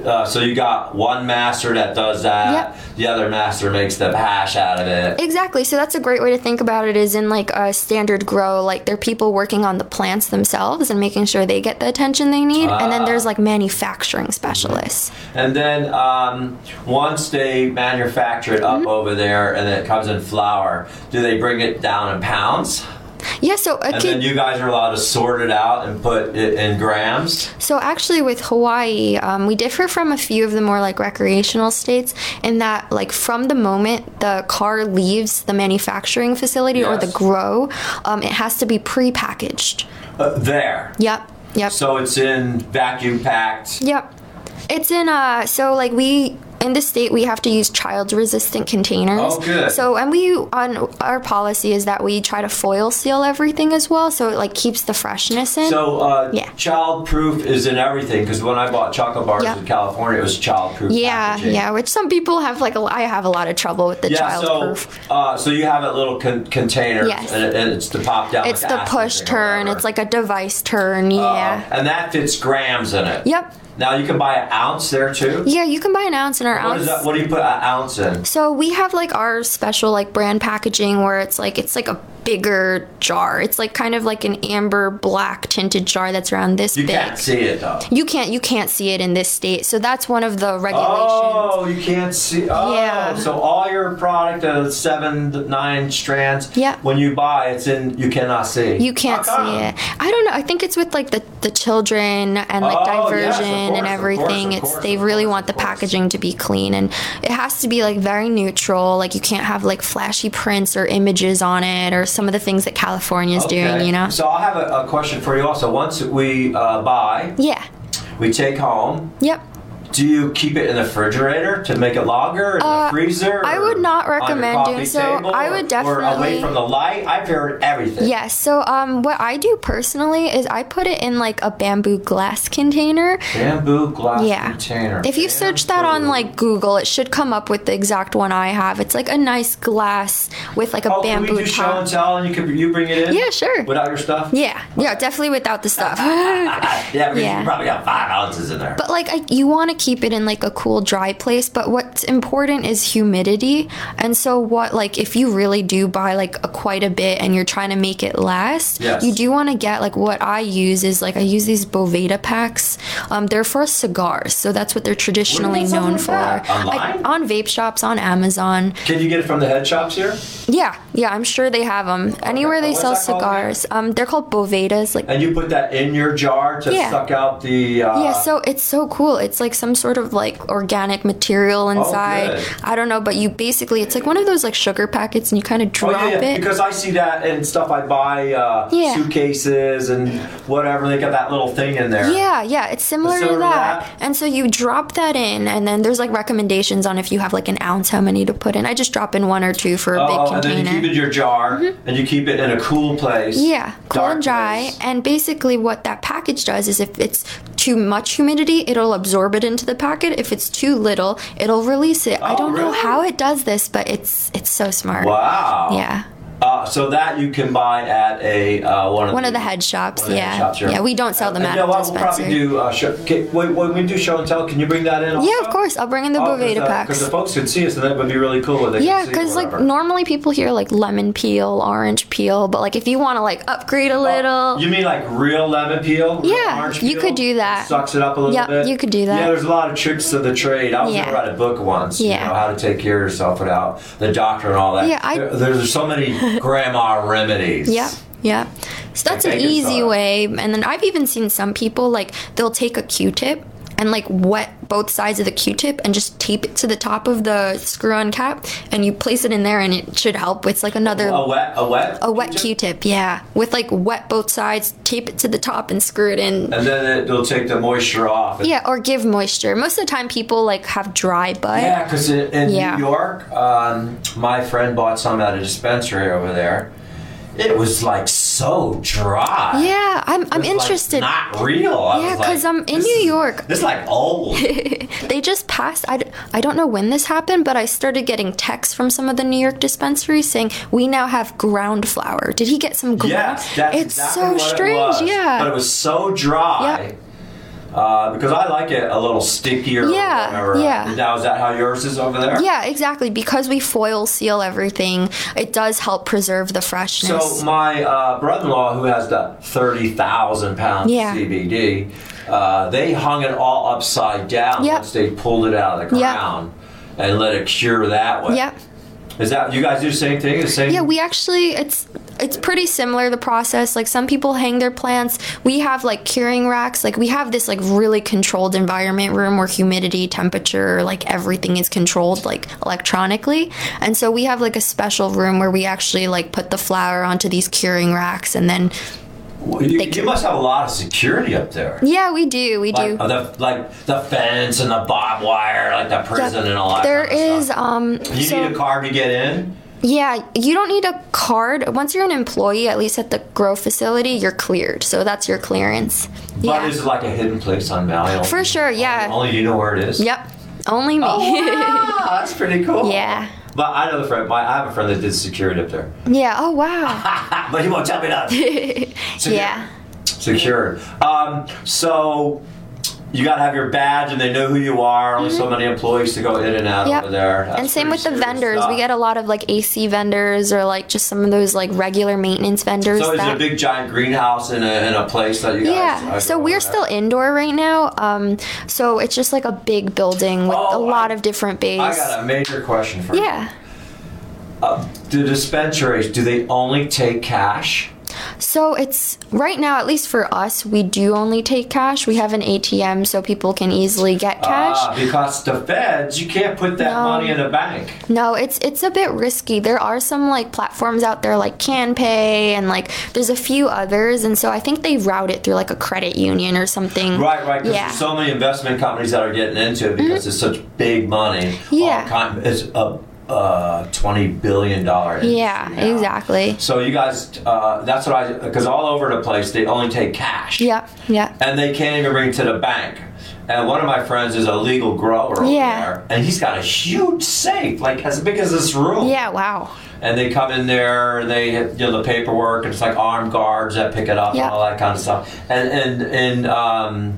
Uh, so you got one master that does that. The other master makes the hash out of it.
Exactly. So that's a great way to think about it is in like a standard grow, like there are people working on the plants themselves and making sure they get the attention they need. and then
Ah.
there's like manufacturing specialists.
And then um, once they manufacture it up over there and then it comes in flour, do they bring it down in pounds?
Yeah, so a
And
kid-
then you guys are allowed to sort it out and put it in grams?
So actually, with Hawaii, um, we differ from a few of the more like recreational states in that, like, from the moment the car leaves the manufacturing facility or the
Yes.
grow, um, it has to be pre-packaged.
Uh, there.
Yep. Yep.
So it's in vacuum packed.
Yep. It's in uh so like we in the state we have to use child resistant containers.
Oh, good.
So and we on our policy is that we try to foil seal everything as well so it like keeps the freshness in.
So uh,
Yeah.
child proof is in everything because when I bought chocolate bars
Yeah.
in California, it was child proof.
yeah, yeah, which some people have like a, I have a lot of trouble with the
yeah,
child
so
proof.
Uh, so you have a little con- container,
Yes.
and, it- and it's the pop down.
It's
with
the
acid
push
thing.
turn, it's like a device
Oh,
turn, yeah.
and that fits grams in it.
Yep.
Now you can buy an ounce there too.
yeah, you can buy an ounce in our
What
ounce.
is that? What do you put an ounce in?
So we have like our special like brand packaging where it's like it's like a bigger jar. It's like kind of like an amber black tinted jar that's around this
You
big.
can't see it though.
You can't you can't see it in this state. So that's one of the regulations.
Oh, you can't see. Oh,
Yeah.
so all your product of seven, nine strands.
Yeah.
When you buy, it's in. You cannot see. Ah,
You can't see
How come?
it. I don't know. I think it's with like the, the children and like
Oh, yes, of
diversion
course,
and
of course,
everything.
of
it's
course,
they really want the packaging to be clean and it has to be like very neutral. Like you can't have like flashy prints or images on it or some of the things that California's doing,
Okay.
you know?
So I have a, a question for you also. Once we uh, buy,
Yeah.
we take home.
Yep.
Do you keep it in the refrigerator to make it longer, in
Uh,
the freezer?
I
or
would not
on your
recommend
coffee
doing so.
table,
I would
Or away
definitely-
from the light. I've heard everything.
Yes. So, um, what I do personally is I put it in like a bamboo glass container.
Bamboo glass
Yeah.
container.
If you search that on like Google, it should come up with the exact one I have. It's like a nice glass with like a
oh, can we
bamboo
do show
top.
and tell, and you can you bring it in?
Yeah, sure.
Without your stuff.
Yeah, yeah, definitely without the
*laughs*
stuff.
Uh, Yeah, because
Yeah.
you probably got five ounces in there.
but like, I, you want to keep it in like a cool, dry place. But what's important is humidity. And so, what like if you really do buy like a, quite a bit and you're trying to make it last,
Yes.
you do want to get like what I use is like I use these Boveda packs. Um, they're for cigars, so that's what they're traditionally
something
known
like
for.
that?
I-
Online?
on vape shops, on Amazon.
Can you get it from the head shops here?
Yeah, yeah, I'm sure they have them anywhere they sell cigars. Um, they're called Bovedas, like.
And you put that in your jar to
Yeah.
suck out the. Uh,
yeah, so it's so cool. It's like some sort of like organic material inside.
Oh, good.
I don't know, but you basically it's like one of those like sugar packets and you kind of
Oh,
drop
yeah, yeah,
it.
because I see that in stuff I buy, uh,
Yeah.
suitcases and whatever. They got that little thing in there.
Yeah, yeah, it's similar,
Similar
to,
to
that. And so you drop that in, and then there's like recommendations on if you have like an ounce, how many to put in. I just drop in one or two for a
Oh,
big
and then you
container. Mm-hmm.
keep it in your jar, and you keep it in a cool place.
Yeah, cool and dry. And basically, what that package does is if it's too much humidity, it'll absorb it into the packet. If it's too little, it'll release it. I don't know how it does this, but it's it's so smart.
Oh, Wow.
Yeah.
Uh, so that you can buy at a uh, one of
One
the,
of the head shops.
one of the
yeah.
head shops, sure.
Yeah, we don't sell them
And
at
you know
the
what? We'll
dispensary.
probably do uh, show. Okay, wait, when we do show and tell, can you bring that in? Also?
Yeah, of course. I'll bring in
Oh,
the Boveda
Because
packs.
uh, the folks could see us, and that would be really cool. When they
Yeah,
could see
because
or
like
whatever.
normally people hear like lemon peel, orange peel, but like if you want to like upgrade a little,
Oh, You mean like real lemon peel? real
yeah,
orange
you
peel?
could do that.
Sucks it up a little
Yep,
bit.
you could do that.
Yeah, there's a lot of tricks to the trade. I was
Yeah.
gonna write a book once.
Yeah.
You know, how to take care of yourself without the doctor and all that.
Yeah, I-
There- there's so
*laughs*
many grandma remedies.
Yep. Yep. So that's an
baking
easy
soda.
way. And then I've even seen some people like they'll take a Q-tip and like wet both sides of the Q-tip and just tape it to the top of the screw-on cap, and you place it in there, and it should help. It's like another
A wet, a wet,
a wet Q-tip, yeah, with like wet both sides, tape it to the top and screw it in.
and then it'll take the moisture off.
Yeah, or give moisture. Most of the time, people like have dry butt.
Yeah, because in, in
Yeah.
New York, um, my friend bought some at a dispensary over there. It was like so dry.
Yeah, I'm, I'm
It's, like,
interested.
not real. I
yeah,
was like,
because I'm in New York.
This is like
*laughs*
old.
they just passed. I, d- I don't know when this happened, but I started getting texts from some of the New York dispensaries saying we now have ground flour. Did he get some ground?
Yes, that's
it's
exactly
so
what it
strange.
was.
Yeah,
But it was so dry. Uh, because I like it a little stickier.
Yeah,
Or whatever.
yeah.
Now is that how yours is over there?
Yeah, exactly. Because we foil seal everything, it does help preserve the freshness.
So my uh, brother-in-law, who has the thirty thousand pounds
Yeah.
CBD, uh, they hung it all upside down
Yep.
once they pulled it out of the
Yep.
ground and let it cure that way.
Yep.
Is that you guys do the same thing? The same?
Yeah, we actually it's it's pretty similar the process. Like some people hang their plants. We have like curing racks. Like we have this like really controlled environment room where humidity, temperature, like everything is controlled like electronically. And so we have like a special room where we actually like put the flower onto these curing racks and then
you, you must have a lot of security up there.
yeah, we do. We do.
Like, uh, the, like the fence and the barbed wire, like the prison and all that.
There is um
you
so-
need a card to get in.
Yeah, you don't need a card. Once you're an employee, at least at the grow facility, you're cleared. So that's your clearance.
But is it like a hidden place on Valley? Only-
For sure, yeah.
Only you know where it is. Oh,
Yep. Only me.
that's pretty cool.
*laughs* Yeah.
But I know the friend. My, I have a friend that did security up there,
Yeah. Oh wow.
but he won't tell me nothing.
*laughs* yeah.
Secured. Um, so you got to have your badge, and they know who you are. Only so many employees to go in and out
Mm-hmm. Yep.
over there. That's
and same with the vendors.
stuff.
We get a lot of like AC vendors or like just some of those like regular maintenance vendors.
So is it
that-
a big giant greenhouse in a, in a place that you guys?
yeah, so we're still indoor right now. Um, so it's just like a big building with a lot of different bays.
Oh, I got a major question for you.
yeah.
Uh, the dispensaries, do they only take cash?
So it's right now, at least for us, we do only take cash. We have an ATM so people can easily get cash.
Ah, because the feds, you can't put that
No.
money in a bank.
No, it's it's a bit risky. There are some like platforms out there like CanPay and like there's a few others, and so I think they route it through like a credit union or something.
Right, right. 'cause
Yeah. Mm-hmm.
there's so many investment companies that are getting into it because it's such big money.
Yeah.
Con- It's a uh, twenty billion dollar.
yeah, exactly.
So you guys, uh, that's what I because all over the place they only take cash
Yeah, yeah.
and they can't even bring it to the bank. And one of my friends is a legal grower over
Yeah.
there, and he's got a huge safe, like as big as this room.
Yeah, wow.
And they come in there, and they hit, you know the paperwork, and it's like armed guards that pick it up
Yeah.
and all that kind of stuff. And and and um,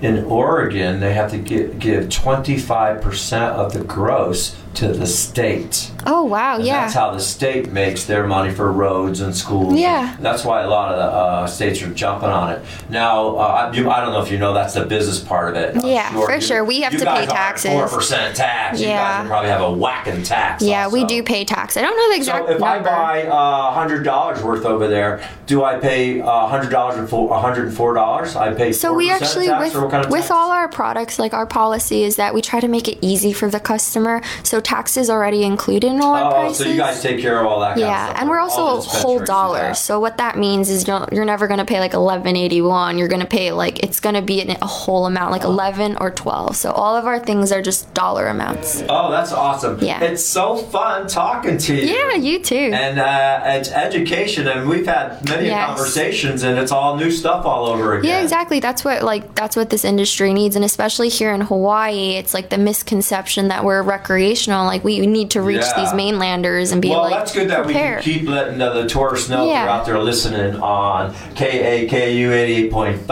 in Oregon, they have to give, give twenty five percent of the gross to the state.
Oh wow,
And
yeah.
That's how the state makes their money for roads and schools.
Yeah.
That's why a lot of the uh, states are jumping on it. Now, uh, I, you, I don't know if you know, that's the business part of it. I'm
Yeah, for sure. We have
you
to
guys
pay
aren't
taxes.
4% tax. You
Yeah.
guys probably have a whacking tax.
yeah, we
also.
do pay tax. I don't know the exact
So if I
number.
buy uh, hundred dollars worth over there, do I pay uh, hundred dollars and hundred and four dollars? I pay.
so we
4%
actually
tax,
with
or what kind of
with
tax?
all our products, like our policy is that we try to make it easy for the customer. So tax is already included in all our
Oh,
prices.
so you guys take care of all that. kind of
Yeah,
stuff.
and we're also
All the
whole
dispensaries do that.
dollars. So what that means is you're, you're never going to pay like 1181. You're going to pay like it's going to be an, a whole amount like 11 or 12. So all of our things are just dollar amounts.
Oh, that's awesome.
Yeah.
It's so fun talking to you.
Yeah, you too.
And uh, it's education, and we've had many
Yes.
conversations, and it's all new stuff all over again.
Yeah, exactly. That's what like that's what this industry needs, and especially here in Hawaii, it's like the misconception that we're recreational. Like we need to reach
Yeah.
these mainlanders and be
well,
like
that's good that
prepared.
we can keep letting the, the tourists know
Yeah.
they're out there listening on KAKU 88.5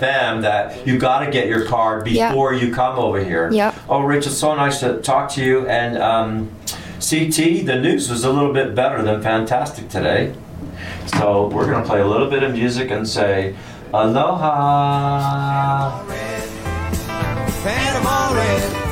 FM that you got to get your card
Yep.
before you come over here.
Yep.
Oh, Rich, it's so nice to talk to you. And um, CT, the news was a little bit better than fantastic today. So we're going to play a little bit of music and say aloha.
Phantom all red.